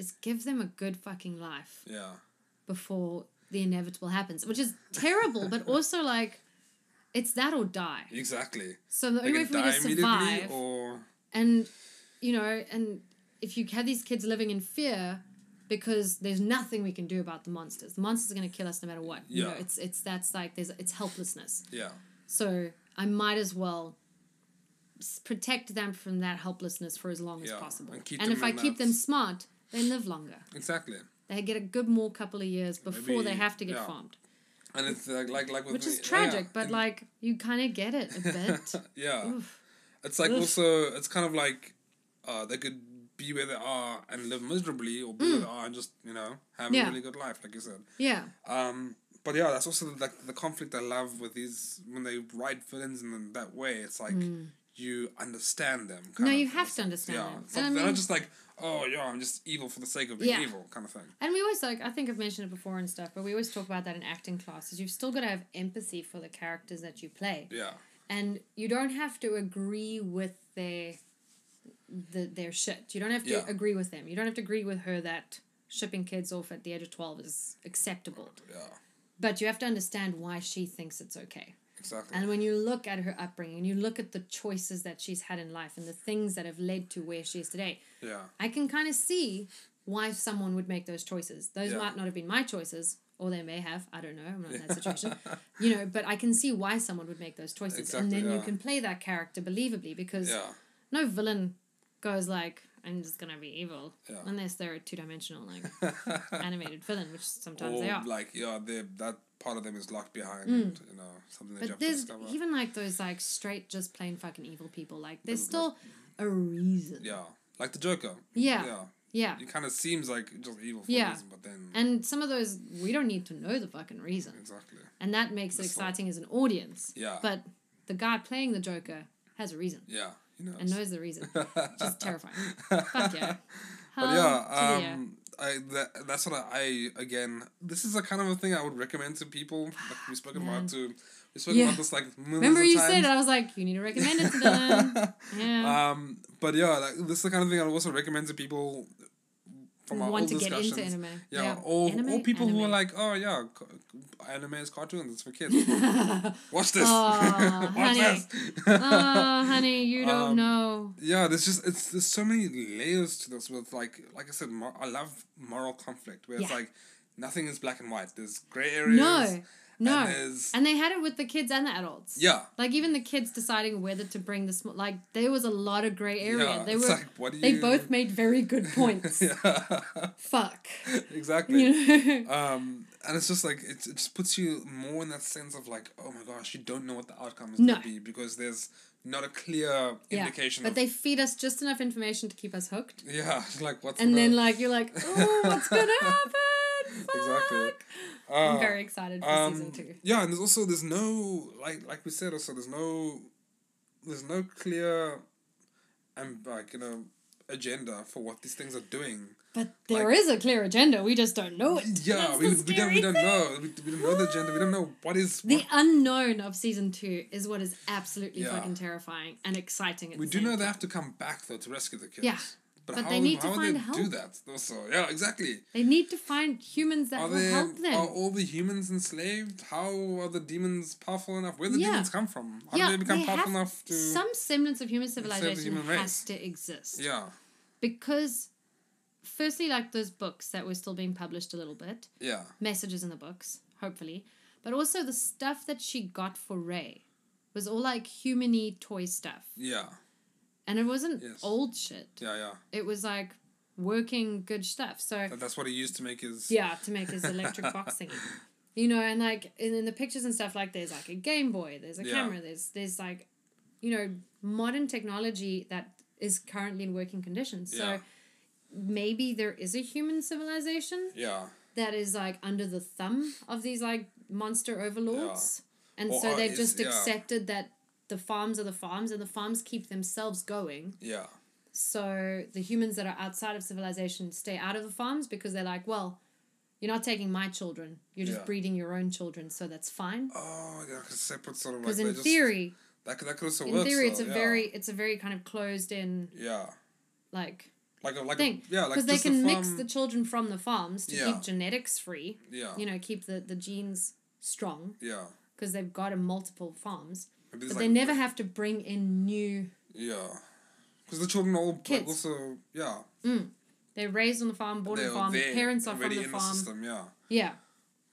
A: is give them a good fucking life
B: yeah
A: before the inevitable happens, which is terrible, but also like, it's that or die.
B: exactly
A: So the
B: they
A: only way
B: can
A: for me
B: die
A: to
B: immediately
A: survive,
B: or
A: and you know, and if you have these kids living in fear because there's nothing we can do about the monsters, the monsters are going to kill us no matter what. You know,
B: Yeah.
A: it's it's that's like there's it's helplessness.
B: yeah
A: So I might as well s- protect them from that helplessness for as long as
B: Yeah,
A: possible.
B: and
A: And,
B: keep
A: if
B: them
A: I
B: in
A: keep
B: that-
A: them smart, they live longer.
B: exactly
A: They get a good more couple of years before they
B: Maybe-
A: have to get
B: yeah.
A: farmed,
B: and it's like like like with
A: which is
B: the- oh, yeah,
A: tragic. But
B: and-
A: like you kind of get it a bit.
B: yeah
A: Oof.
B: It's like
A: Oof.
B: also it's kind of like uh, they could be where they are and live miserably, or be where they are and just you know have
A: Mm. Yeah.
B: a really good life, like you said.
A: Yeah,
B: Um, but yeah, that's also the, like the conflict I love with these when they write villains in that way. It's like you understand them. Kind
A: Mm. No, you
B: in a
A: have to
B: sense.
A: understand
B: Yeah,
A: them.
B: It's not-
A: And I
B: they're
A: mean-
B: not just like oh yeah, I'm just evil for the sake of being
A: Yeah.
B: evil kind of thing.
A: and we always like I think I've mentioned it before and stuff, but we always talk about that in acting classes. You've still got to have empathy for the characters that you play.
B: Yeah,
A: and you don't have to agree with their the, their shit. You don't have to
B: Yeah.
A: agree with them. You don't have to agree with her that shipping kids off at the age of 12 is acceptable.
B: yeah,
A: But you have to understand why she thinks it's okay.
B: exactly.
A: And when you look at her upbringing, you look at the choices that she's had in life and the things that have led to where she is today,
B: yeah,
A: I can kind of see why someone would make those choices. Those
B: Yeah.
A: might not have been my choices, or they may have. I don't know. I'm not in that situation. you know, but I can see why someone would make those choices. and
B: Exactly,
A: then you
B: yeah.
A: can play that character believably because
B: yeah,
A: no villain goes like, I'm just going to be evil.
B: Yeah.
A: Unless they're a two dimensional, like, animated villain, which sometimes they
B: or
A: are. Hmm.
B: like yeah, they that part of them is locked behind. You know something that you
A: But
B: have to
A: there's
B: discover.
A: even like those like straight, just plain fucking evil people. Like, there's still a reason.
B: Yeah, like the Joker.
A: Yeah.
B: yeah.
A: Yeah.
B: It kind of seems like just evil for
A: Yeah.
B: a reason, but then
A: And some of those, we don't need to know the fucking reason.
B: exactly.
A: and that makes it
B: That's all.
A: exciting as an audience.
B: Yeah.
A: But the guy playing the Joker has a reason
B: Yeah, you know.
A: and knows the reason. Just terrifying. Fuck yeah.
B: But
A: Hell
B: yeah,
A: to the yeah.
B: um, I that, that's what I, I again. This is a kind of a thing I would recommend to people. Like we spoke
A: Man.
B: about to we spoke
A: Yeah.
B: about this like millions
A: Remember
B: of
A: you
B: times.
A: said I was like, you need to recommend it to them. Yeah.
B: Um, but yeah, like, this is the kind of thing I would also recommend to people from our
A: Want
B: old
A: to get
B: discussions.
A: into anime.
B: Yeah, Or,
A: Anime,
B: or people who are
A: anime.
B: like, oh yeah, co- anime is cartoons, it's for kids. Watch this.
A: Aw,
B: Watch
A: honey.
B: this.
A: oh, honey, you don't
B: Um,
A: know.
B: yeah there's just it's there's so many layers to this with like like i said mor- i love moral conflict where it's
A: Yeah.
B: like nothing is black and white there's gray areas
A: No, no.
B: and
A: And,
B: there's
A: they had it with the kids and the adults.
B: yeah
A: Like even the kids deciding whether to bring the sm- like there was a lot of gray area.
B: yeah
A: they
B: it's
A: were
B: like what do
A: they
B: you
A: both made very good points.
B: yeah
A: Fuck.
B: exactly
A: You know?
B: um and it's just like it, it just puts you more in that sense of like oh my gosh you don't know what the outcome is
A: No.
B: gonna be because there's not a clear indication
A: But
B: of
A: they feed us just enough information to keep us hooked.
B: yeah like what's
A: And
B: the-
A: then like you're like, oh, what's gonna happen? Fuck.
B: exactly
A: I'm
B: Uh,
A: very excited for season
B: Um,
A: two.
B: yeah, and there's also there's no like like we said also there's no there's no clear and like you know agenda for what these things are doing.
A: But there is a clear agenda. We just don't know it.
B: Yeah,
A: That's
B: we,
A: the
B: we don't
A: scary
B: we don't
A: thing.
B: know we, we don't know the agenda. We don't know what is
A: The
B: what,
A: unknown of season two is what is absolutely
B: Yeah.
A: fucking terrifying and exciting. At
B: we
A: the
B: do
A: same
B: know they
A: time.
B: have to come back though to rescue the kids.
A: Yeah.
B: But,
A: But
B: how,
A: they need to
B: how would
A: find
B: they do
A: help.
B: that? Also, yeah, exactly.
A: They need to find humans that
B: Are
A: will
B: they?
A: help them.
B: Are all the humans enslaved? How are the demons powerful enough? Where do the
A: Yeah.
B: demons come from? How do they become powerful enough to?
A: some semblance of human
B: the
A: civilization
B: human
A: has
B: race.
A: to exist
B: Yeah,
A: because, firstly, like those books that were still being published a little bit,
B: yeah,
A: messages in the books, hopefully, but also the stuff that she got for Ray was all like humany toy stuff,
B: yeah,
A: and it wasn't
B: Yes.
A: old shit.
B: yeah, yeah.
A: It was like working good stuff. So
B: That- That's what he used to make his.
A: Yeah, to make his electric boxing. You know, and like and in the pictures and stuff, like there's like a Game Boy, there's a
B: Yeah.
A: camera, there's there's like, you know, modern technology that is currently in working conditions. So
B: Yeah.
A: maybe there is a human civilization
B: Yeah.
A: that is like under the thumb of these like monster overlords, and
B: Or
A: so
B: are-
A: they've
B: is-
A: just
B: yeah.
A: accepted that the farms are the farms, and the farms keep themselves going.
B: Yeah.
A: So the humans that are outside of civilization stay out of the farms because they're like, well, you're not taking my children. You're just
B: Yeah.
A: breeding your own children, so that's fine.
B: Oh, yeah, because separate sort of like.
A: Because
B: they
A: in
B: just-
A: theory,
B: That could, that could also
A: in
B: work.
A: theory, it's
B: so,
A: a
B: yeah.
A: very, it's a very kind of closed in
B: Yeah.
A: like
B: Like a, like a,
A: thing.
B: yeah,
A: Because
B: like
A: they
B: just
A: can
B: the
A: mix
B: farm-
A: the children from the farms to
B: Yeah.
A: keep genetics free.
B: yeah,
A: You know, keep the the genes strong
B: yeah.
A: because they've got in multiple farms, but
B: Maybe there's,
A: they
B: like,
A: never have to bring in new.
B: Yeah, because the children all
A: Kids.
B: Like, also yeah.
A: They're raised on the farm, born on the
B: They're
A: farm.
B: there,
A: Parents are from
B: already
A: the
B: in
A: farm.
B: system, yeah.
A: yeah.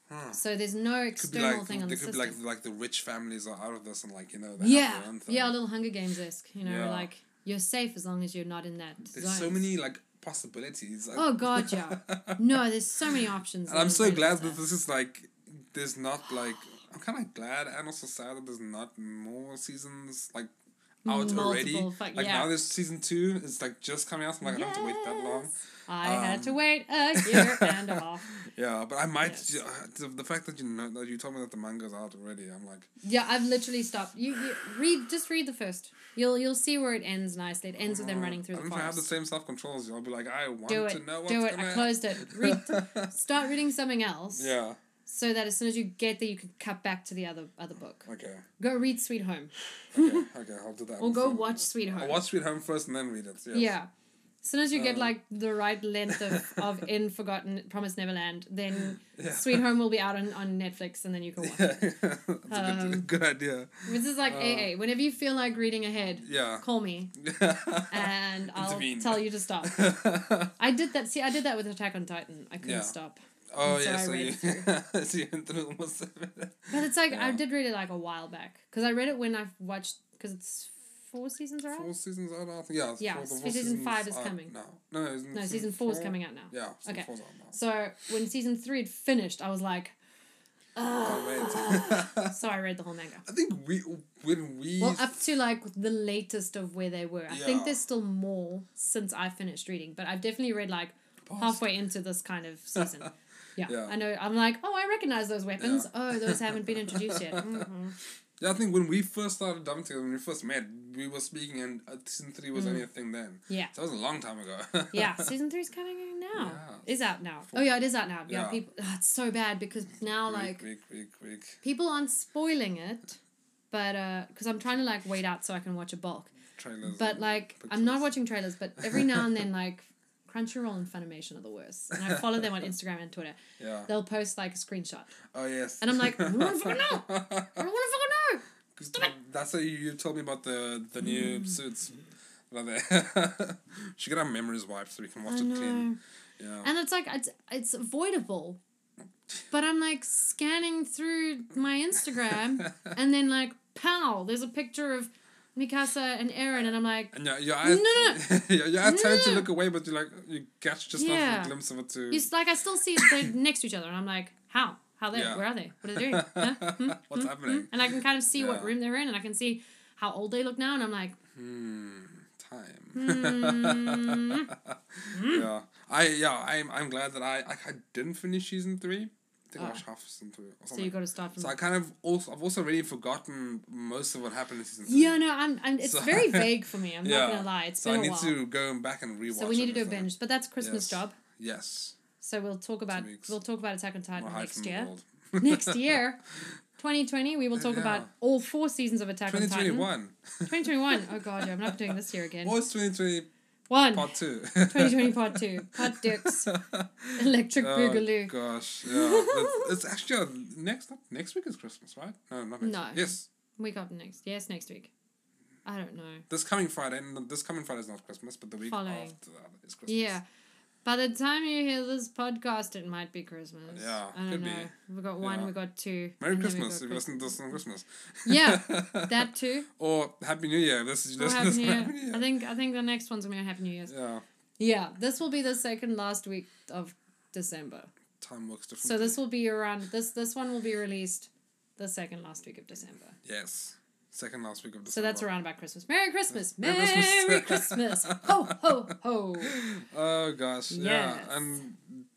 B: Huh.
A: So there's no
B: Could be
A: external
B: like
A: thing on
B: they
A: the
B: could
A: system.
B: be like like the rich families are out of this and like you know they
A: yeah,
B: have their own thing.
A: yeah, a little Hunger Games esque. You know,
B: Yeah.
A: like you're safe as long as you're not in that
B: There's
A: zone.
B: so many like possibilities. Like,
A: Oh God, yeah. No, there's so many options.
B: and I'm
A: in
B: so
A: Zelda
B: glad
A: stuff.
B: that this is like there's not like I'm kind of glad and also sad that there's not more seasons like out already.
A: Multiple fuck-
B: like
A: yeah.
B: now there's season two. It's like just coming out. so I'm like I don't have to wait that long.
A: Yes. I had
B: Um,
A: to wait a year and a half.
B: Yeah, but I might.
A: Yes.
B: ju- uh, the- the fact that you know that you told me that the manga's out already, I'm like,
A: Yeah, I've literally stopped. You, you read, just read the first. You'll you'll see where it ends nicely. It ends with them
B: "Oh,
A: running through the
B: I don't know if I have the
A: forest.
B: same self control as you. I'll be like, I want
A: Do
B: to
A: it,
B: know what's
A: do it.
B: gonna
A: I closed it. Read,
B: happen."
A: start reading something else.
B: yeah.
A: So that as soon as you get there, you can cut back to the other other book.
B: Okay.
A: Go read Sweet Home.
B: Okay. okay. I'll do that.
A: Or go
B: watch.
A: watch Sweet Home.
B: I'll watch Sweet Home first and then read it. Yes.
A: Yeah. As soon as you get
B: Um,
A: like the right length of, of In Forgotten Promised Neverland, then
B: Yeah.
A: Sweet Home will be out on, on Netflix and then you can watch it.
B: Yeah. That's a
A: Um,
B: good, good idea.
A: This is like
B: Uh,
A: AA. Whenever you feel like reading ahead,
B: Yeah.
A: call me and I'll
B: Intervene.
A: tell you to stop. I did that. See, I did that with Attack on Titan. I couldn't
B: Yeah.
A: stop.
B: oh
A: so
B: yeah.
A: I
B: So
A: read
B: you,
A: it
B: so you went through almost everything.
A: But it's like, I
B: Yeah.
A: did read it like a while back because I read it when I watched, because it's four seasons, right?
B: Four seasons out. I think. Yeah. it's
A: Yeah,
B: four-
A: season
B: the four seasons
A: five is
B: out
A: coming.
B: Now. No. Isn't
A: No, season four is coming out now.
B: Yeah. Season
A: Okay.
B: Four's out now.
A: So when season three had finished, I was like,
B: Oh, wait.
A: so I read the whole manga.
B: I think we when we
A: Well, up to like the latest of where they were. I
B: Yeah.
A: think there's still more since I finished reading, but I've definitely read like
B: passed-
A: halfway into this kind of season. Yeah,
B: Oh, Yeah.
A: I know. I'm like, oh, I recognize those weapons. Oh, those haven't been introduced yet. hmm
B: Yeah, I think when we first started dubbing together, when we first met, we were speaking, and uh, season three was only a thing then.
A: Mm. Yeah.
B: So that was a long time ago.
A: Yeah, season three's coming out now.
B: Yeah.
A: Is out now. Oh yeah, it is out now. Yeah,
B: Yeah.
A: people. Oh, it's so bad because now
B: Quick,
A: like
B: quick, quick, quick.
A: people aren't spoiling it, but uh, because I'm trying to like wait out so I can watch a bulk.
B: Trailers.
A: But
B: and
A: like, I'm not
B: pictures.
A: watching trailers, but every now and then, like, Crunchyroll and Funimation are the worst. And I follow them on Instagram and Twitter.
B: Yeah.
A: They'll post like a screenshot.
B: Oh yes.
A: And I'm like, I don't wanna fucking
B: know.
A: I don't want to fucking know.
B: 'Cause That's how you, you told me about the the new
A: Mm.
B: suits. Love it. Should get our memories wiped so we can watch
A: I
B: it clean.
A: know.
B: Yeah.
A: And it's like, it's, it's avoidable. But I'm like scanning through my Instagram and then, like, pow, there's a picture of Mikasa and Aaron. And I'm like,
B: And yeah, your eyes,
A: No,
B: your, your eyes
A: No,
B: turn to
A: no.
B: look away, but you like you catch just enough of
A: Yeah.
B: a glimpse of it to.
A: you, s- like, I still see they're next to each other. And I'm like, how? How they?
B: Yeah.
A: Where are they? What are they doing? Huh? Hmm?
B: What's
A: Hmm?
B: happening?
A: Hmm? And I can kind of see what
B: Yeah.
A: room they're in and I can see how old they look now. And I'm like,
B: Hmm. Time.
A: Hmm.
B: Oh yeah. I yeah. I'm I'm glad that I I, I didn't finish season three. I think I
A: Ah.
B: watched half of season three. Or
A: So
B: something.
A: you got to start from.
B: So I kind of also I've also already forgotten most of what happened in season three.
A: yeah, no, I'm. I'm it's
B: So-
A: very vague for me. I'm
B: Yeah.
A: not gonna lie. It's
B: So
A: been
B: I
A: a
B: need
A: while.
B: to go back and rewatch.
A: so we need to do a
B: everything.
A: binge, but that's Christmas
B: Yes.
A: job.
B: Yes.
A: So we'll talk about
B: weeks.
A: we'll talk about Attack on
B: We're
A: Titan Uh,
B: high from
A: next
B: the
A: year.
B: world.
A: next year, 2020, we will talk
B: Yeah.
A: about all four seasons of Attack on Titan.
B: 2021.
A: 2021. Oh god, yeah, I'm not doing this year again.
B: Or it's 2020.
A: One.
B: Part two.
A: 2020 part two. Pot dicks. Electric
B: Oh,
A: Boogaloo.
B: gosh, yeah. It's- it's actually uh, next next week is Christmas, right? No, not next
A: No.
B: Week. Yes,
A: We got next. Yes, next week. I don't know.
B: this coming Friday. and This coming Friday is not Christmas, but the week
A: Following.
B: after that is Christmas.
A: Yeah. By the time you hear this podcast, it might be Christmas.
B: Yeah,
A: I don't
B: could
A: know.
B: be.
A: We got one.
B: Yeah.
A: We got two.
B: Merry
A: and then we
B: Christmas
A: got
B: if you listen to this on Christmas.
A: Christmas. yeah, that too.
B: Or Happy New Year. This is
A: Or
B: just
A: Happy
B: this
A: New Year. I think I think the next one's gonna be Happy New Year's.
B: Yeah,
A: Yeah, this will be the second last week of December.
B: time works differently.
A: So this will be around this this one will be released the second last week of December.
B: yes, second last week of December.
A: So that's around about Christmas. Merry Christmas.
B: Merry
A: Merry
B: Christmas.
A: Christmas. Ho ho ho.
B: Oh gosh,
A: Yes.
B: yeah. And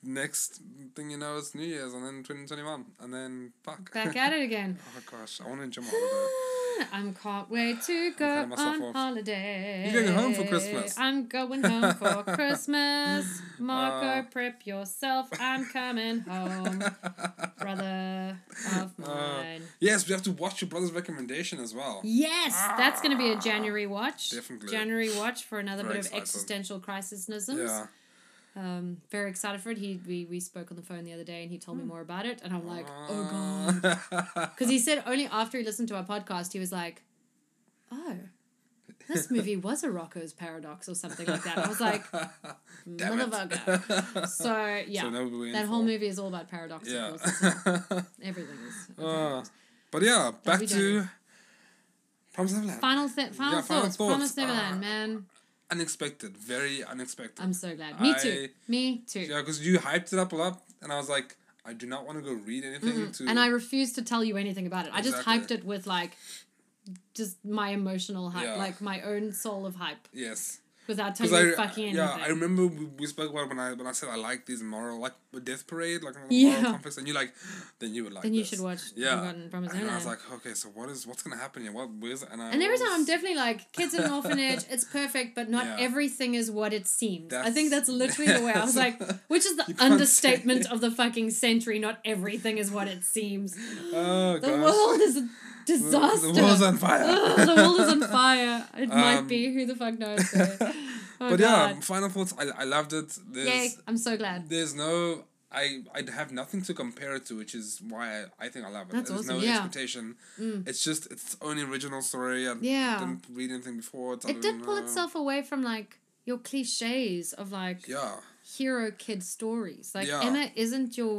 B: next thing you know, it's New Year's, and then twenty twenty one, and then fuck.
A: Back at it again.
B: oh gosh, I want to enjoy my holiday.
A: I'm can't wait to go
B: cutting myself
A: on
B: off.
A: holiday.
B: You're going home for Christmas.
A: I'm going home for Christmas.
B: Uh.
A: Marco, prep yourself. I'm coming home, brother of
B: Uh.
A: mine.
B: Yes, we have to watch your brother's recommendation as well.
A: Yes, that's going to be a January watch.
B: Definitely.
A: January watch for another
B: Very
A: bit
B: excited.
A: of existential crisisnisms.
B: Yeah.
A: Um, very excited for it. He we, we spoke on the phone the other day and he told
B: Hmm.
A: me more about it and I'm like, oh
B: Uh.
A: god.
B: Uh-huh. god.
A: Because he said only after he listened to our podcast, he was like, oh, this movie was a Rocco's Paradox or something like that. I was like,
B: Damn it.
A: motherfucker. So, yeah.
B: So now we're in
A: that whole
B: for-
A: movie is all about paradox,
B: Yeah.
A: of course. Everything is. a
B: Uh,
A: paradox.
B: but yeah, back
A: we
B: to Promise Neverland.
A: final, th- final,
B: yeah, final
A: thoughts.
B: thoughts.
A: Promise Neverland,
B: Ah.
A: man.
B: unexpected, very unexpected.
A: I'm so glad. Me too. Me too.
B: yeah, because you hyped it up a lot, and I was like, I do not want to go read anything. To
A: And I refuse to tell you anything about it. I just
B: Exactly.
A: hyped it with like just my emotional hype,
B: Yeah.
A: like my own soul of hype
B: yes.
A: without
B: Because
A: telling
B: I,
A: you fucking anything.
B: yeah, I remember we, we spoke about it when I when I said I like these moral like the Death Parade like moral
A: Yeah.
B: conflicts, and you're like, then you would like.
A: then you
B: this.
A: should watch
B: Yeah.
A: Forgotten Promise
B: And I was
A: Neverland.
B: like, okay, so what is what's gonna happen here? What where's and I
A: And every
B: was-
A: time I'm definitely like, kids in an orphanage, it's perfect, but not
B: Yeah.
A: everything is what it seems. I think
B: That's-
A: that's literally the way I was like, which is the
B: You can't
A: understatement
B: say.
A: of the fucking century. Not everything is what it seems.
B: oh,
A: The
B: gosh.
A: world is a disaster.
B: The world's on fire.
A: Ugh, the world is on fire. It
B: Um,
A: might be. Who the fuck knows? eh? Oh,
B: but
A: God.
B: yeah, final thoughts. I, I loved it. There's
A: Yay, I'm so glad.
B: there's no I I'd have nothing to compare it to, which is why I, I think I love it.
A: That's
B: there's no
A: awesome, yeah. Mm.
B: expectation. It's just its own original story. I
A: Yeah.
B: didn't read anything before. It's, uh, I
A: It did
B: don't
A: pull
B: know.
A: itself away from like your cliches of like
B: Yeah.
A: hero kid stories. Like
B: Yeah.
A: Emma isn't your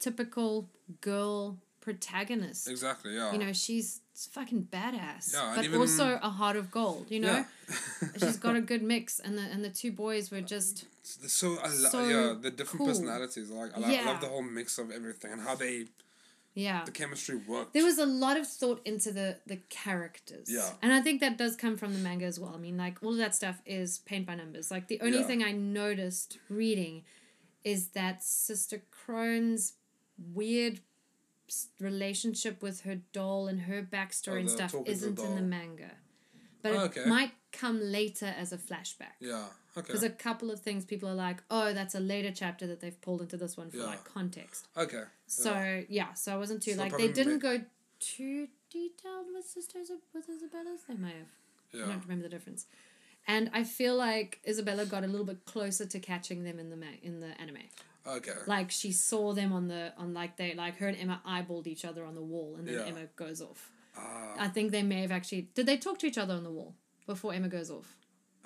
A: typical girl protagonist.
B: Exactly. Yeah.
A: You know, she's fucking badass,
B: Yeah, and
A: but
B: even-
A: also a heart of gold. You know,
B: Yeah.
A: she's got a good mix, and the and the two boys were just
B: so I lo-
A: so
B: yeah the different
A: cool.
B: personalities like I, lo- I
A: Yeah.
B: love the whole mix of everything and how they
A: yeah.
B: the chemistry worked
A: There was a lot of thought into the the characters,
B: Yeah.
A: and I think that does come from the manga as well. I mean, like all of that stuff is paint by numbers. Like the only
B: Yeah.
A: thing I noticed reading is that Sister Crone's weird s- relationship with her doll and her backstory
B: Oh,
A: and
B: the
A: stuff
B: talking to the
A: isn't in the
B: doll.
A: manga. But
B: Oh,
A: it
B: okay.
A: might come later as a flashback.
B: yeah okay
A: Because a couple of things people are like, oh, that's a later chapter that they've pulled into this one for
B: Yeah.
A: like context.
B: okay
A: So
B: yeah.
A: yeah, so I wasn't too
B: It's not
A: like they didn't
B: problematic.
A: go too detailed with sisters of- with Isabella's. They may have. I
B: yeah
A: don't remember the difference. And I feel like Isabella got a little bit closer to catching them in the ma- in the anime.
B: okay
A: Like she saw them on the on like they like her and Emma eyeballed each other on the wall, and then
B: Yeah.
A: Emma goes off.
B: Ah,
A: I think they may have actually did they talk to each other on the wall before Emma goes off.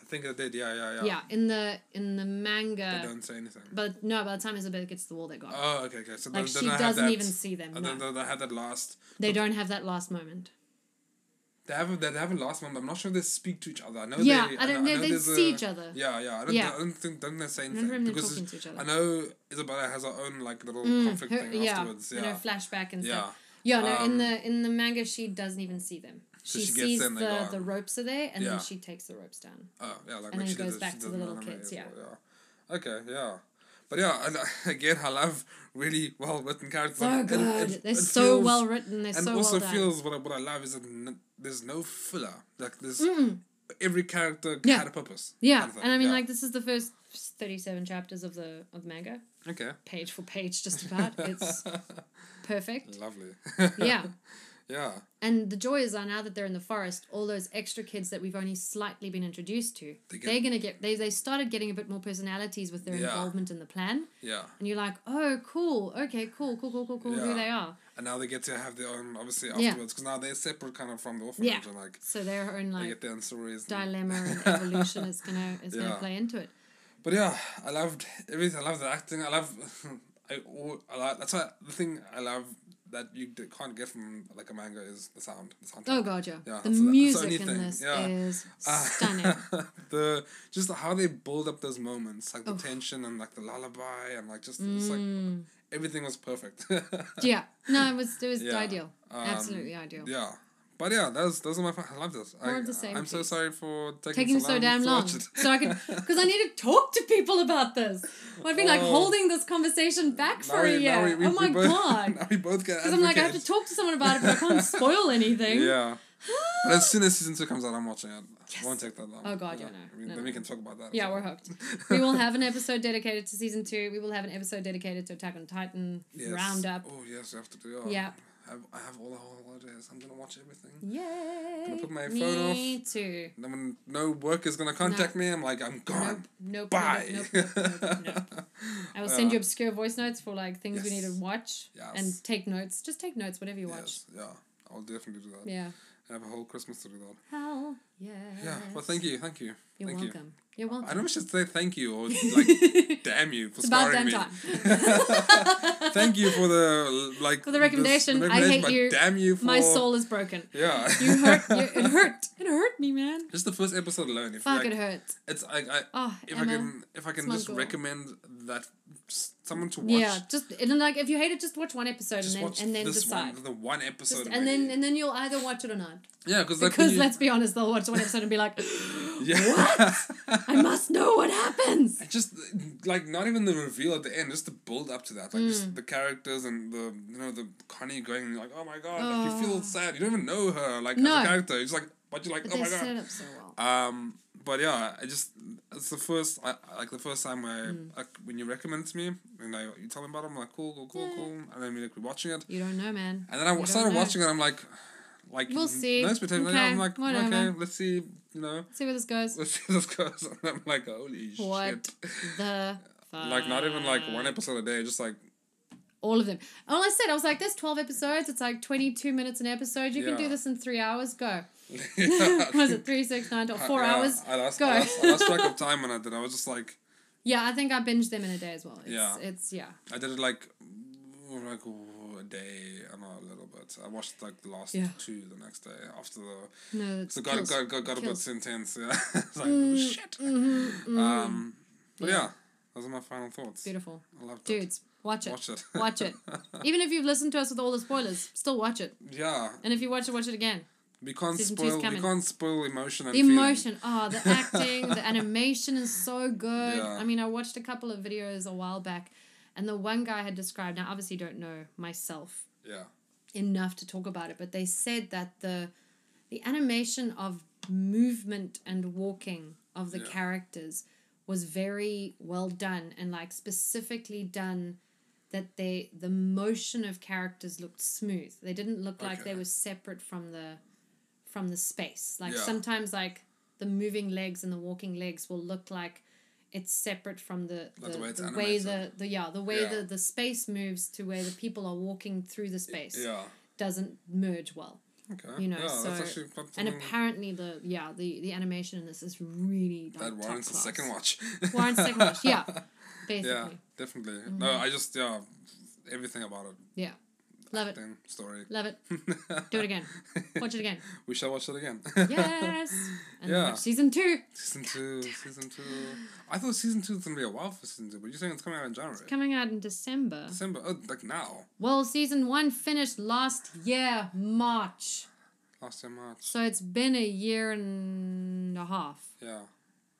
B: I think I did yeah yeah yeah
A: Yeah, in the in the
B: they
A: manga,
B: don't say anything
A: but no, by the time Isabella gets to the wall, they got.
B: oh okay okay so
A: like
B: they,
A: she
B: they don't have
A: doesn't
B: that
A: even see them.
B: uh,
A: no.
B: they, they, they have that last
A: They don't have that last moment.
B: They haven't. They haven't last one. But I'm not sure they speak to each other. I know.
A: Yeah,
B: Oh, they,
A: I don't
B: know
A: know. They
B: there's
A: see
B: a-
A: each other.
B: Yeah, yeah. I don't.
A: Yeah.
B: I don't think. Don't they say
A: I remember
B: anything?
A: them
B: Because
A: talking
B: it's-
A: to each
B: I
A: other. Hmm,
B: know Isabella has her own like little conflict
A: Mm, Her-
B: thing
A: yeah,
B: afterwards.
A: and
B: Yeah.
A: her flashback and
B: Yeah.
A: stuff. Yeah, no.
B: Um,
A: in the in the manga, she doesn't even see them.
B: So
A: she,
B: she gets
A: sees
B: there and they're
A: the
B: gone.
A: the ropes are there, and
B: Yeah.
A: then she takes the ropes down.
B: Oh yeah,
A: And
B: like when
A: then
B: she
A: it goes
B: does,
A: back
B: she
A: to the
B: does
A: little
B: anime
A: kids,
B: as
A: yeah.
B: well, yeah. Okay. Yeah. But yeah, and, uh, again, I love really well written characters.
A: So
B: Like,
A: good. Oh, They're so
B: feels-
A: well written. They're
B: And
A: so
B: also
A: well done.
B: feels what I, what I love is that n- there's no filler. Like there's every character
A: Mm. Yeah.
B: had a purpose.
A: Hmm, yeah,
B: kind of thing,
A: and I mean,
B: yeah.
A: like this is the first thirty-seven chapters of the of the manga,
B: okay,
A: page for page, just about. It's perfect.
B: lovely.
A: Yeah,
B: Yeah.
A: And the joy is that now that they're in the forest, all those extra kids that we've only slightly been introduced to, they
B: They get-
A: are gonna get they they started getting a bit more personalities with their
B: Yeah.
A: involvement in the plan.
B: Yeah.
A: And you're like, oh, cool, okay, cool, cool, cool, cool, cool,
B: Yeah.
A: who they are.
B: And now they get to have their own, obviously,
A: Yeah.
B: afterwards. Because now they're separate kind of from the orphanage.
A: Yeah.
B: And like,
A: So their own
B: they
A: like
B: get their own stories. and-
A: dilemma and evolution is gonna is
B: Yeah.
A: gonna play into it.
B: But yeah, I loved everything. I love the acting. I love. I, al- I like, that's why the thing I love that you d- can't get from like a manga is the sound. The sound.
A: Oh god, yeah.
B: Yeah,
A: the
B: so that- that's the
A: music
B: only
A: in
B: thing,
A: this
B: yeah.
A: is stunning.
B: Ah. the just how they build up those moments, like the tension and like the lullaby and like just it's
A: Mm.
B: like everything was perfect.
A: yeah. No, it was it was
B: Yeah.
A: ideal.
B: Um,
A: Absolutely ideal.
B: yeah. But yeah, those those are my. fi- I love this.
A: More
B: I,
A: of the same,
B: I'm so
A: please.
B: sorry for taking,
A: taking so damn
B: to
A: long.
B: watch it.
A: So I could, because I need to talk to people about this. I've been like
B: Oh.
A: holding this conversation back
B: Now
A: for a
B: we-
A: year.
B: now we- we-
A: oh
B: we
A: my
B: both-
A: god.
B: now we both get.
A: Because I'm like, I have to eh? talk to someone about it, but I can't spoil anything.
B: Yeah. but as soon as season two comes out, I'm watching it. It won't take that long.
A: Oh, God, yeah, no,
B: I mean,
A: no,
B: then
A: no.
B: we can talk about that.
A: Yeah, we're hooked. We will have an episode dedicated to season two. We will have an episode dedicated to Attack on Titan
B: Yes.
A: roundup.
B: Oh yes, you have to do.
A: Yeah.
B: I have, I have all the whole holidays. I'm gonna watch everything.
A: Yay!
B: Gonna put my
A: Me
B: phone off.
A: too.
B: And then when no work is gonna contact me, I'm like, I'm
A: Nope,
B: gone.
A: nope,
B: Bye.
A: nope, nope, nope, nope, nope. I will send
B: Yeah.
A: you obscure voice notes for like things we need to
B: Yes.
A: watch
B: Yes.
A: and take notes. Just take notes, whatever you watch.
B: yes. Yeah. I'll definitely do that.
A: Yeah.
B: I have a whole Christmas to do that.
A: Hell yeah.
B: Yeah. Well, thank you. Thank you.
A: You're
B: thank
A: welcome. You. are
B: You.
A: welcome.
B: I don't know if I should say thank you or like damn you for
A: it's about
B: scarring
A: damn
B: me.
A: time.
B: Thank you for the like
A: For the
B: this-
A: recommendation. I hate
B: but
A: you.
B: Damn you for
A: My soul is broken.
B: Yeah.
A: You hurt. You, it hurt. It hurt me, man.
B: Just the first episode alone. If
A: Fuck,
B: like,
A: it hurts.
B: It's like I
A: Oh,
B: if I
A: Emma.
B: can if I can
A: it's my
B: just
A: goal.
B: recommend that s- someone to watch.
A: Yeah, just and then, like if you hate it, just watch one episode
B: Just
A: and then
B: watch
A: and then
B: this
A: decide.
B: one, the one episode.
A: Just,
B: maybe.
A: and then and then you'll either watch it or not.
B: yeah, cause like, when
A: Because
B: you-
A: let's be honest, they'll watch one episode and be like,
B: yeah.
A: I must know what happens.
B: And just like not even the reveal at the end, just the build up to that, like
A: Mm.
B: just the characters and the you know the Connie going like oh my god, like, you feel
A: Oh.
B: sad, you don't even know her like
A: No.
B: as a character, it's like but you're like
A: But
B: oh
A: they
B: my
A: set
B: god.
A: up so well.
B: Um, but yeah, I just it's the first I I- like the first time I
A: Hmm.
B: like when you recommend it to me and I you tell me about it, I'm like cool cool cool
A: Yeah.
B: cool, and then we like we're watching it,
A: You don't know, man.
B: And then I
A: You
B: started
A: don't know.
B: watching it. I'm like, like
A: We'll
B: n-
A: see.
B: No expectation.
A: Okay,
B: I'm like,
A: whatever.
B: okay, let's see. You know,
A: See where this goes.
B: let's see how this goes. And I'm like, holy
A: What
B: shit!
A: the
B: Like not even like
A: fuck?
B: one episode a day. Just like
A: All of them. All I said, I was like, there's 12 episodes. It's like 22 minutes an episode. You can
B: Yeah.
A: do this in three hours. Go.
B: yeah.
A: was it three, six, nine, twelve, four
B: Yeah,
A: hours?
B: I lost,
A: Go.
B: I lost, I lost track of time when I did. I was just like,
A: Yeah, I think I binged them in a day as well. It's,
B: Yeah.
A: It's, yeah.
B: I did it like, mm, like oh, a day and a little bit. I watched like the last
A: Yeah.
B: two the next day after the.
A: No, it's
B: So got
A: kills.
B: got got got a bit
A: Kills. Mm.
B: intense. Yeah, it's like oh, shit.
A: Mm-hmm,
B: Um, but yeah.
A: Yeah.
B: those are my final thoughts.
A: Beautiful.
B: I loved it.
A: Dudes, watch it.
B: Watch it.
A: Watch it. Even if you've listened to us with all the spoilers, still watch it.
B: yeah,
A: And if you watch it, watch it again.
B: we can't
A: Season two's
B: spoil. We
A: coming.
B: can't spoil emotion and
A: The
B: feeling.
A: emotion, oh, the acting, the animation is so good.
B: Yeah.
A: I mean, I watched a couple of videos a while back, and the one guy had described. Now, obviously, don't know myself
B: Yeah,
A: enough to talk about it, but they said that the the animation of movement and walking of the
B: Yeah.
A: characters was very well done and like specifically done that they the motion of characters looked smooth. They didn't look like they
B: Okay.
A: were separate from the from the space. Like
B: Yeah.
A: sometimes like the moving legs and the walking legs will look like it's separate from the the,
B: Like the way it's
A: the way the,
B: animated.
A: the yeah the way
B: Yeah.
A: the the space moves to where the people are walking through the space
B: yeah.
A: doesn't merge well.
B: Okay.
A: You know,
B: yeah, that's
A: so-
B: actually quite
A: And
B: something
A: apparently the yeah, the, the animation in this is really like,
B: that
A: top
B: warrants a
A: class.
B: second watch.
A: Warrants second watch, yeah. Basically. Mm.
B: yeah, definitely. No, I just yeah, everything about it.
A: Yeah. Love it.
B: Thing, story.
A: Love it. Do it again. Watch it again.
B: we shall watch it again.
A: Yes. And
B: Yeah.
A: watch season two
B: season two, season two. I thought season two was gonna be a while for season two, but you're saying it's coming out in January,
A: coming out in December.
B: December. Oh, like now,
A: Well, season one finished last year, March.
B: last year March.
A: So it's been a year and a half.
B: Yeah,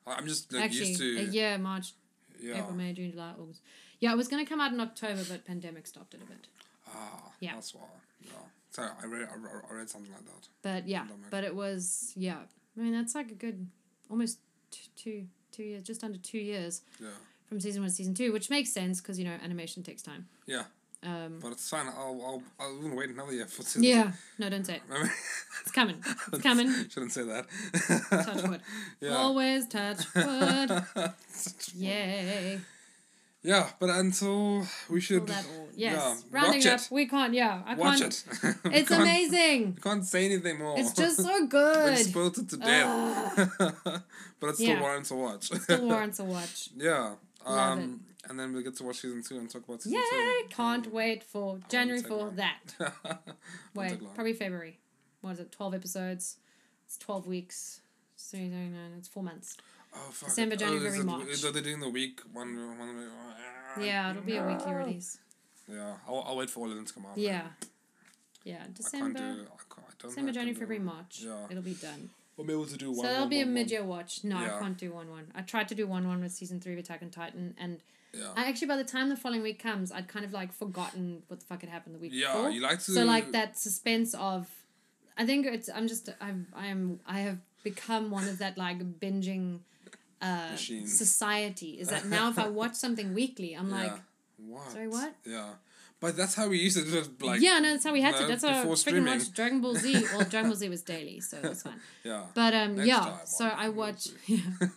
B: I- I'm just like
A: Actually,
B: used to
A: a year, March,
B: yeah.
A: April, May, June, July, August. Yeah, it was going to come out in October, but pandemic stopped it a bit.
B: Ah,
A: Yeah.
B: that's why. Yeah. So I read, I re- I read something like that.
A: But yeah,
B: Pandemic.
A: but it was yeah. I mean that's like a good almost t- two two years, just under two years
B: Yeah.
A: from season one to season two, which makes sense because you know animation takes time.
B: Yeah.
A: Um,
B: But it's fine. I'll I'll I'll even wait another year for Sydney.
A: yeah. No, don't say it. It's coming. It's coming.
B: Shouldn't say that.
A: Touch wood.
B: Yeah.
A: Always touch wood.
B: Such-
A: Yay.
B: Yeah, but until we should.
A: All that all. Yes.
B: Yeah.
A: Rounding
B: Watch
A: up.
B: it.
A: We can't. Yeah. I
B: Watch
A: can't.
B: it.
A: It's amazing.
B: We can't say anything more.
A: It's just so
B: we
A: good.
B: spoiled it to death. but it's still
A: Yeah.
B: warrants a watch.
A: Still warrants a watch.
B: yeah.
A: Love
B: Um, and then we get to watch season two and talk about season
A: Yay!
B: two. Oh,
A: Can't wait for January
B: take
A: for
B: long.
A: that.
B: Won't
A: Wait,
B: take long.
A: probably February. What is it? Twelve episodes. It's twelve weeks. It's three, nine, nine, It's four months.
B: Oh, fuck.
A: December,
B: Oh,
A: January,
B: is it-
A: March.
B: is it- They're doing the week one. one
A: Yeah, it'll be a weekly release.
B: Yeah, I'll, I'll wait for all of them to come out.
A: Yeah, yeah.
B: I can't do. I,
A: December,
B: can't, I don't
A: December,
B: think I
A: January,
B: can do
A: February,
B: one.
A: March.
B: Yeah.
A: It'll be done.
B: We'll be able to do
A: So
B: one.
A: that'll
B: one,
A: be a
B: one, one.
A: mid-year watch. No,
B: Yeah.
A: I can't do one one. I tried to do one one with season three of Attack on Titan, and
B: Yeah.
A: I actually by the time the following week comes, I'd kind of like forgotten what the fuck had happened the week
B: Yeah,
A: before.
B: you like to.
A: so like that suspense of i think it's i'm just i'm i'm i have become one of that like binging uh
B: Machines.
A: society is that now if i watch something weekly i'm like
B: Yeah. What?
A: Sorry, what?
B: Yeah, but that's how we used to just like.
A: yeah no that's how we had
B: no,
A: to that's how i
B: before
A: freaking
B: streaming.
A: watched dragon ball z well dragon ball z was daily so that's fine
B: Yeah.
A: but um
B: Next
A: yeah
B: time
A: so
B: on
A: i
B: Dragon Ball
A: watch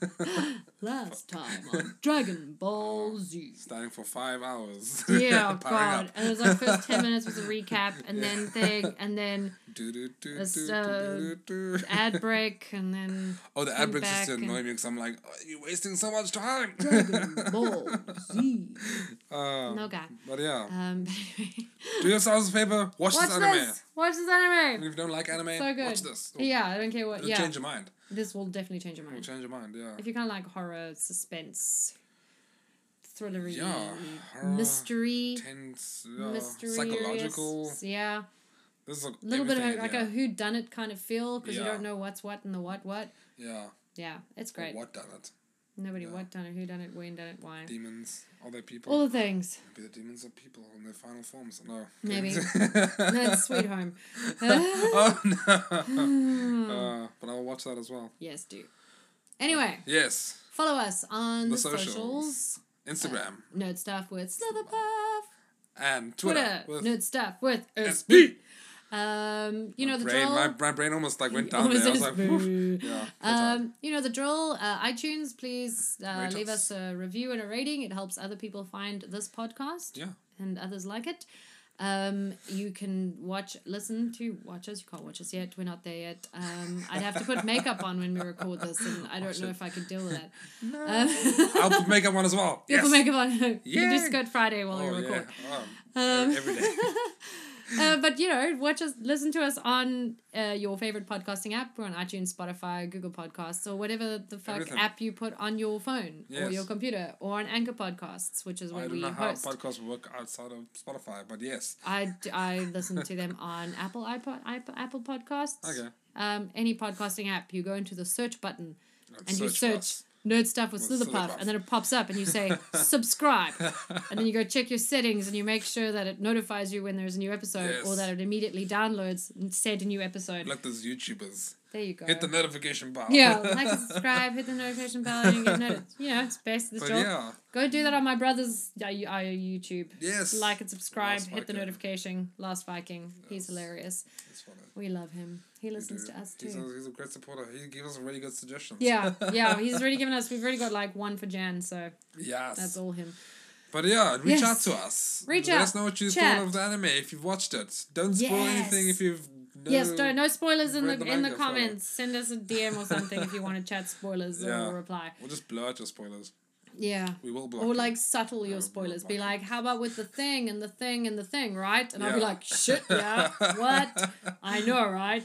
A: yeah. last time on dragon ball z
B: Standing for five hours.
A: yeah,
B: Powering
A: God. And it was like first ten minutes was a recap, and
B: Yeah.
A: then thing, and then
B: Do, do, do,
A: It's,
B: do,
A: uh,
B: do, do, do.
A: ad break, and then
B: oh, the
A: come
B: ad breaks
A: back
B: just
A: and-
B: annoy me because I'm like, oh, you're wasting so much time.
A: Dragon Ball Z.
B: um,
A: No guy.
B: But yeah,
A: Um, but anyway.
B: do yourselves a favor.
A: Watch
B: Watch, this anime.
A: this. Watch this
B: And
A: anime.
B: if you don't like anime,
A: So good.
B: watch this. It'll,
A: Yeah, I don't care what.
B: it'll
A: Yeah,
B: change your mind.
A: this will definitely change your
B: It'll
A: mind.
B: change your mind. Yeah.
A: If you kind of like horror, suspense, thrillery,
B: Yeah, horror,
A: mystery,
B: Tense. Yeah.
A: mysterious,
B: Psychological.
A: Yeah,
B: This is a
A: a little bit of a, like
B: yeah.
A: a who done it kind of feel because you
B: Yeah.
A: don't know what's what and the what what.
B: yeah.
A: Yeah, it's great.
B: What done it?
A: Nobody
B: Yeah.
A: what done it, who done it, when done it, why.
B: Demons. Are they people?
A: All the things.
B: Maybe the demons are people in their final forms. No.
A: Maybe. No, it's
B: That's
A: sweet home.
B: oh no. uh, but I'll watch that as well.
A: yes, do. Anyway.
B: Yes.
A: Follow us on
B: The
A: the, socials.
B: socials. Instagram
A: Nerd Stuff with Slitherpuff.
B: and Twitter.
A: Twitter.
B: with
A: Nerd Stuff with SB.
B: SB.
A: Um, you know the
B: brain,
A: drill.
B: My, my brain almost like went down
A: Almost
B: there. I was
A: said
B: like, "Whew."
A: SB.
B: yeah. that's hard.
A: Um, you know the drill. Uh, iTunes, please uh,
B: Rate
A: leave us
B: us.
A: a review and a rating. It helps other people find this podcast
B: yeah.
A: and others like it. Um, you can watch, listen to watch us. You can't watch us yet. We're not there yet. Um, I'd have to put makeup on when we record this, and I don't know if I could deal with that. Um,
B: Oh, I'll put makeup on as well.
A: You
B: Yes.
A: have to make up on you can do
B: Yay.
A: Skirt Friday while
B: oh,
A: we
B: yeah.
A: record.
B: Um,
A: Um,
B: every day.
A: uh, but you know, watch us, listen to us on uh, your favorite podcasting app. We're on iTunes, Spotify, Google Podcasts, or whatever the fuck
B: Everything.
A: app you put on your phone or
B: Yes.
A: your computer or on Anchor Podcasts, which is
B: I
A: where
B: don't
A: we
B: know how
A: host.
B: podcasts work outside of Spotify, but yes.
A: I, d- I listen to them on Apple iPod, iP- Apple Podcasts.
B: Okay.
A: Um, any podcasting app, you go into the search button
B: Let's
A: and you
B: for
A: search
B: us.
A: nerd stuff with
B: With
A: Slitherpuff,
B: Slitherpuff.
A: and then it pops up, and you say subscribe, and then you go check your settings, and you make sure that it notifies you when there's a new episode, or
B: Yes.
A: that it immediately downloads and send a new episode.
B: Like those YouTubers.
A: there you go.
B: Hit the notification bar.
A: yeah, like and subscribe, hit the notification bell, and you get noticed. You know, it's best. This
B: But
A: job.
B: yeah.
A: Go do that on my brother's uh, you- uh, YouTube.
B: Yes.
A: Like and subscribe,
B: Last
A: hit the
B: Viking.
A: notification. Last Viking. He's
B: Yes.
A: hilarious.
B: That's funny.
A: We love him. He
B: We
A: listens
B: do.
A: to us
B: He's
A: too.
B: a, he's a great supporter. He gave us really good suggestions.
A: Yeah, yeah. He's already given us, we've already got like one for Jan, so
B: yes.
A: that's all him.
B: But yeah, reach
A: Yes.
B: out to us.
A: Reach
B: Let
A: out.
B: us know what you
A: Chat.
B: thought of the anime if you've watched it. Don't spoil
A: Yes.
B: anything if you've. No,
A: yes, don't, no spoilers in the,
B: read the
A: in the
B: manga, sorry.
A: comments. Send us a DM or something if you want to chat spoilers
B: Yeah.
A: or reply.
B: We'll just blur out your spoilers.
A: Yeah.
B: We will blur.
A: Or like subtle your
B: Uh,
A: spoilers. Be
B: like-
A: like, how about with the thing and the thing and the thing, right? And I'll be
B: Yeah.
A: like, shit, yeah, what? I know, right?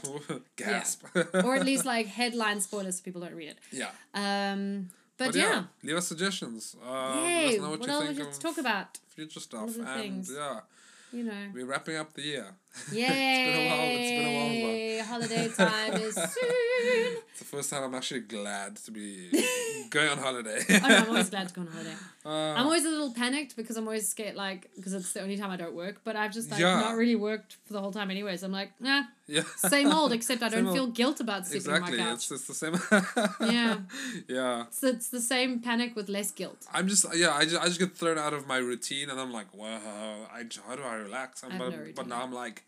B: Gasp.
A: Or at least like headline spoilers so people don't read it.
B: yeah.
A: Um, but,
B: But
A: yeah.
B: yeah. Leave us suggestions. Uh, let
A: Yay!
B: us know what,
A: What,
B: you
A: else would
B: think
A: you
B: of
A: talk about?
B: future stuff.
A: the
B: And
A: things.
B: yeah,
A: You know.
B: we're wrapping up the year.
A: Yay!
B: It's been a while. It's been a while.
A: Holiday time is soon. Oh,
B: But it's the first time I'm actually glad to be Going on holiday.
A: Oh, no, I'm always glad to go on holiday. I'm
B: Uh,
A: always a little panicked because I'm always scared, like, because it's the only time I don't work. But I've just like
B: Yeah.
A: not really worked for the whole time anyway. So I'm like, nah,
B: yeah.
A: same old. Except I
B: Same
A: don't
B: old.
A: feel guilt about sleeping
B: exactly.
A: on my
B: It's
A: couch.
B: it's the same.
A: Yeah.
B: Yeah.
A: So it's the same panic with less guilt.
B: I'm just yeah. I just I just get thrown out of my routine, and I'm like, wow. I how do I relax?
A: have
B: but
A: no
B: but
A: routine.
B: now I'm like,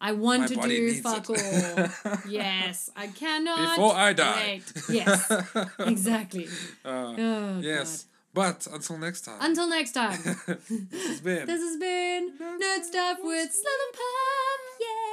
A: I want
B: My
A: to
B: body
A: do
B: needs
A: fuck all.
B: it.
A: yes, I cannot.
B: Before I die.
A: wait. Yes, exactly.
B: Uh,
A: Oh,
B: yes.
A: God.
B: But until next time.
A: Until next time.
B: this has been.
A: This has been Nerd Stuff with Slum Pump. Yeah.